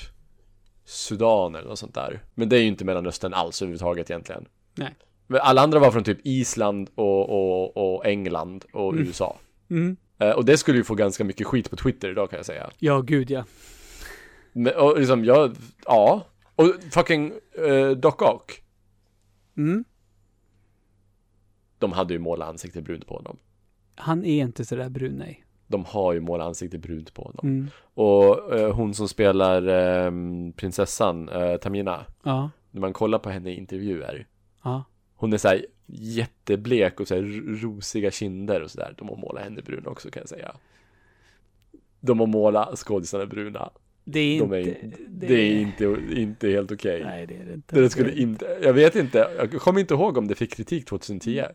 [SPEAKER 2] Sudan eller något sånt där. Men det är ju inte Mellanöstern alls överhuvudtaget egentligen.
[SPEAKER 1] Nej.
[SPEAKER 2] Men alla andra var från typ Island och, och, och England och USA.
[SPEAKER 1] Mm.
[SPEAKER 2] Eh, Och det skulle ju få ganska mycket skit på Twitter idag kan jag säga.
[SPEAKER 1] Ja, gud ja.
[SPEAKER 2] Men, och liksom, jag, ja. Och fucking eh, Doc Ock.
[SPEAKER 1] Mm.
[SPEAKER 2] De hade ju målat ansiktet brunt på honom.
[SPEAKER 1] Han är inte sådär brun, nej.
[SPEAKER 2] De har ju målat ansiktet brunt på honom.
[SPEAKER 1] Mm.
[SPEAKER 2] Och eh, hon som spelar eh, prinsessan, eh, Tamina.
[SPEAKER 1] Ja,
[SPEAKER 2] När man kollar på henne i intervjuer.
[SPEAKER 1] ja.
[SPEAKER 2] Hon är såhär jätteblek och såhär rosiga kinder och sådär. De har målat henne brun också kan jag säga. De har målat skådisarna bruna.
[SPEAKER 1] Det är
[SPEAKER 2] De
[SPEAKER 1] inte...
[SPEAKER 2] är, inte- det är inte, inte helt okej.
[SPEAKER 1] Nej, det är det inte.
[SPEAKER 2] Det där skulle inte, jag vet inte, jag kommer inte ihåg om det fick kritik 2010.
[SPEAKER 1] Mm.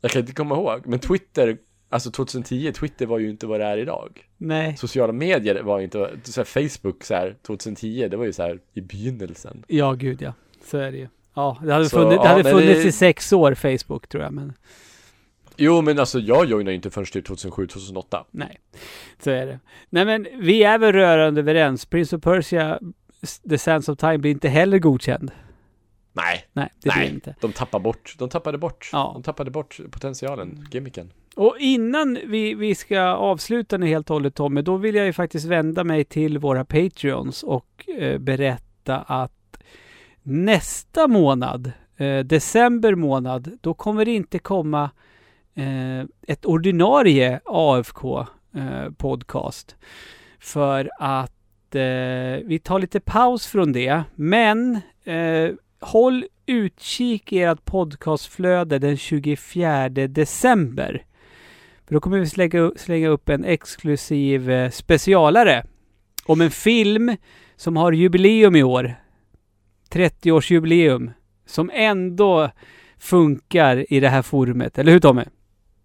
[SPEAKER 2] Jag kan inte komma ihåg, men Twitter, alltså 2010, Twitter var ju inte vad det är idag.
[SPEAKER 1] Nej.
[SPEAKER 2] Sociala medier var inte, så här, Facebook så här, 2010, det var ju så här i begynnelsen.
[SPEAKER 1] Ja, gud ja. Så är det ju. Ja, det hade,
[SPEAKER 2] Så,
[SPEAKER 1] funnits, det
[SPEAKER 2] ja,
[SPEAKER 1] hade
[SPEAKER 2] men
[SPEAKER 1] funnits
[SPEAKER 2] det-
[SPEAKER 1] i sex år, Facebook, tror jag. Men
[SPEAKER 2] Jo, men alltså jag joinade inte förrän typ 2007, 2008.
[SPEAKER 1] nej, så är det. Nej, men vi är väl rörande överens. Prince of Persia, S- The Sands of Time, blir inte heller godkänd.
[SPEAKER 2] Nej,
[SPEAKER 1] Nej, det blir
[SPEAKER 2] nej,
[SPEAKER 1] inte.
[SPEAKER 2] de tappade bort, de tappade bort,
[SPEAKER 1] Ja. Mm.
[SPEAKER 2] de tappade bort potentialen, gimmicken.
[SPEAKER 1] Och innan vi, vi ska avsluta nu helt och hållet Tommy, då vill jag ju faktiskt vända mig till våra Patreons och eh, berätta att nästa månad, eh, december månad, då kommer det inte komma eh, ett ordinarie AFK eh, podcast. För att eh, vi tar lite paus från det, men eh, håll utkik i ert podcastflöde den 24 december. För då kommer vi slänga, slänga upp en exklusiv eh, specialare om en film som har jubileum i år. 30-årsjubileum. Som ändå funkar i det här forumet. Eller hur Tommy?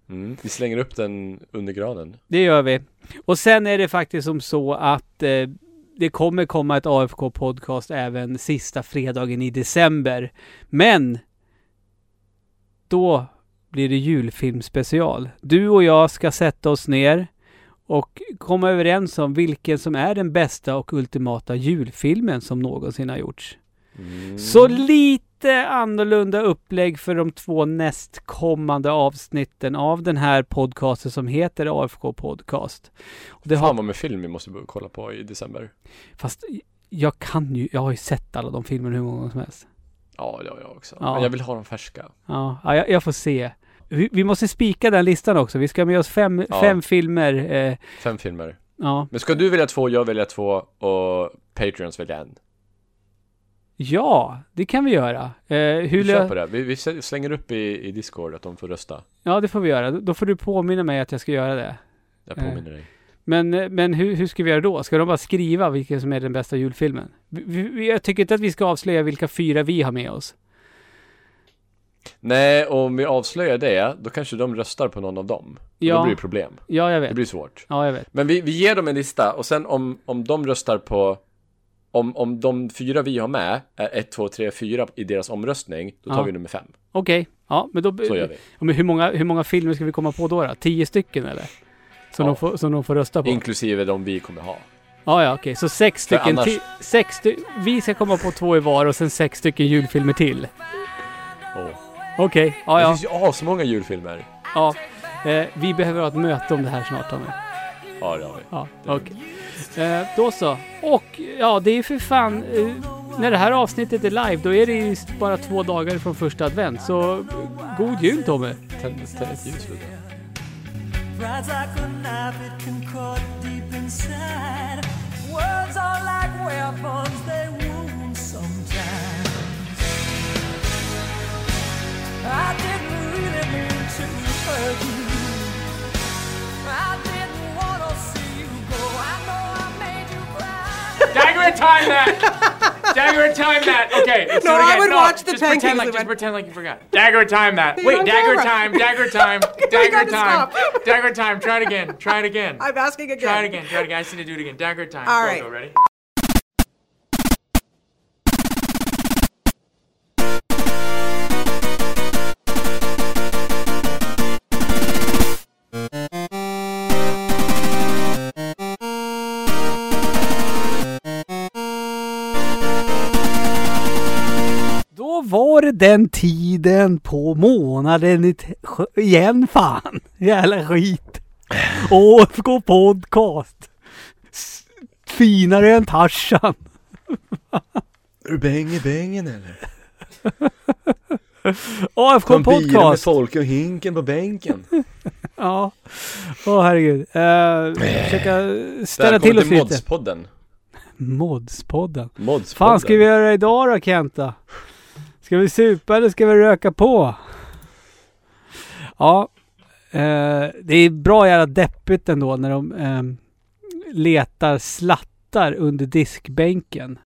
[SPEAKER 2] Mm. Vi slänger upp den under granen.
[SPEAKER 1] Det gör vi. Och sen är det faktiskt som så att eh, det kommer komma ett AFK podcast även sista fredagen i december. Men då blir det julfilmspecial. Du och jag ska sätta oss ner och komma överens om vilken som är den bästa och ultimata julfilmen som någonsin har gjorts.
[SPEAKER 2] Mm.
[SPEAKER 1] Så lite annorlunda upplägg för de två nästkommande avsnitten av den här podcasten som heter AFK Podcast. Och det
[SPEAKER 2] Fan
[SPEAKER 1] har,
[SPEAKER 2] vad med film vi måste börja kolla på i december.
[SPEAKER 1] fast jag kan ju, jag har ju sett alla de filmerna hur många gånger som helst.
[SPEAKER 2] Ja, det har jag också.
[SPEAKER 1] Ja.
[SPEAKER 2] Men jag vill ha dem färska.
[SPEAKER 1] Ja, ja, jag, jag får se. Vi, vi måste spika den listan också. Vi ska ha med oss fem,
[SPEAKER 2] Ja.
[SPEAKER 1] fem filmer. Eh,
[SPEAKER 2] Fem filmer.
[SPEAKER 1] ja.
[SPEAKER 2] Men ska du välja två, jag välja två och Patreons välja en?
[SPEAKER 1] ja, det kan vi göra. Eh, hur
[SPEAKER 2] Vi kör
[SPEAKER 1] lö-
[SPEAKER 2] på det. Vi, vi s- slänger upp i, i Discord att de får rösta.
[SPEAKER 1] ja, det får vi göra. Då får du påminna mig att jag ska göra det.
[SPEAKER 2] Jag påminner dig.
[SPEAKER 1] Men, eh, men hur, hur ska vi göra då? Ska de bara skriva vilken som är den bästa julfilmen? Vi, vi, jag tycker inte att vi ska avslöja vilka fyra vi har med oss.
[SPEAKER 2] Nej, om vi avslöjar det, då kanske de röstar på någon av dem. Ja.
[SPEAKER 1] Ja.
[SPEAKER 2] Då blir det problem.
[SPEAKER 1] Ja, jag
[SPEAKER 2] Det
[SPEAKER 1] vet.
[SPEAKER 2] blir svårt.
[SPEAKER 1] Ja, jag vet.
[SPEAKER 2] Men vi, vi ger dem en lista och sen om, om de röstar på om, om de fyra vi har med är 1, 2, 3, 4 i deras omröstning, då tar
[SPEAKER 1] Ja.
[SPEAKER 2] vi nummer 5.
[SPEAKER 1] Okej. Ja, men då...
[SPEAKER 2] Så gör vi.
[SPEAKER 1] Ja, men hur, många, hur många filmer ska vi komma på då? då? Tio stycken eller? Som,
[SPEAKER 2] Ja.
[SPEAKER 1] de får, som de får rösta på?
[SPEAKER 2] Inklusive de vi kommer ha.
[SPEAKER 1] ja, ja, okej. Så sex
[SPEAKER 2] För
[SPEAKER 1] stycken
[SPEAKER 2] annars-
[SPEAKER 1] till. Sex sty- vi ska komma på två i var och sen sex stycken julfilmer till.
[SPEAKER 2] Åh.
[SPEAKER 1] Okej. Ja,
[SPEAKER 2] Det
[SPEAKER 1] ja.
[SPEAKER 2] finns ju asmånga julfilmer.
[SPEAKER 1] ja. Eh, vi behöver ha ett möte om det här snart, Tommy.
[SPEAKER 2] Ja, det har vi.
[SPEAKER 1] Ja, okej. Eh, då så. Och ja, det är ju för fan... Eh, när det här avsnittet är live, då är det ju bara två dagar från första advent. Så eh, god jul Tommy!
[SPEAKER 2] Tänd tänd ett ljus för det.
[SPEAKER 9] Rides like a knife, it can cut deep inside. Words are like weapons, they wound
[SPEAKER 6] and time that. Dagger and time that. Okay. let's do
[SPEAKER 7] No,
[SPEAKER 6] it
[SPEAKER 7] I
[SPEAKER 6] again.
[SPEAKER 7] would watch the
[SPEAKER 6] just
[SPEAKER 7] Pancake
[SPEAKER 6] pretend like,
[SPEAKER 7] Lewin.
[SPEAKER 6] Just pretend like you forgot. Dagger and time that.
[SPEAKER 7] You're
[SPEAKER 6] Wait,
[SPEAKER 7] on
[SPEAKER 6] dagger
[SPEAKER 7] camera.
[SPEAKER 6] time, dagger time,
[SPEAKER 7] you
[SPEAKER 6] dagger
[SPEAKER 7] gotta
[SPEAKER 6] time,
[SPEAKER 7] stop.
[SPEAKER 6] dagger time. Try it again. Try it again.
[SPEAKER 7] I'm asking again.
[SPEAKER 6] Try it again. Try it again. I just need to do it again. Dagger time.
[SPEAKER 7] All
[SPEAKER 6] Go,
[SPEAKER 7] right.
[SPEAKER 6] go, ready?
[SPEAKER 1] Då var det den tiden på månaden i t- sj- igen fan. Jävla skit. ÅFK podcast. S- Finare än Tarzan.
[SPEAKER 2] Är du bäng i bängen eller?
[SPEAKER 1] AFK podcast.
[SPEAKER 2] folk och hinken på bänken.
[SPEAKER 1] Ja. Åh herregud. Uh, försöka ställa till
[SPEAKER 2] Välkommen
[SPEAKER 1] oss
[SPEAKER 2] till
[SPEAKER 1] lite.
[SPEAKER 2] Modspodden.
[SPEAKER 1] Modspodden.
[SPEAKER 2] Modspodden.
[SPEAKER 1] Fan ska vi göra idag då Kenta? Ska vi supa eller ska vi röka på? Ja, eh, det är bra jävla ehm, deppigt ändå när de eh, letar slattar under diskbänken.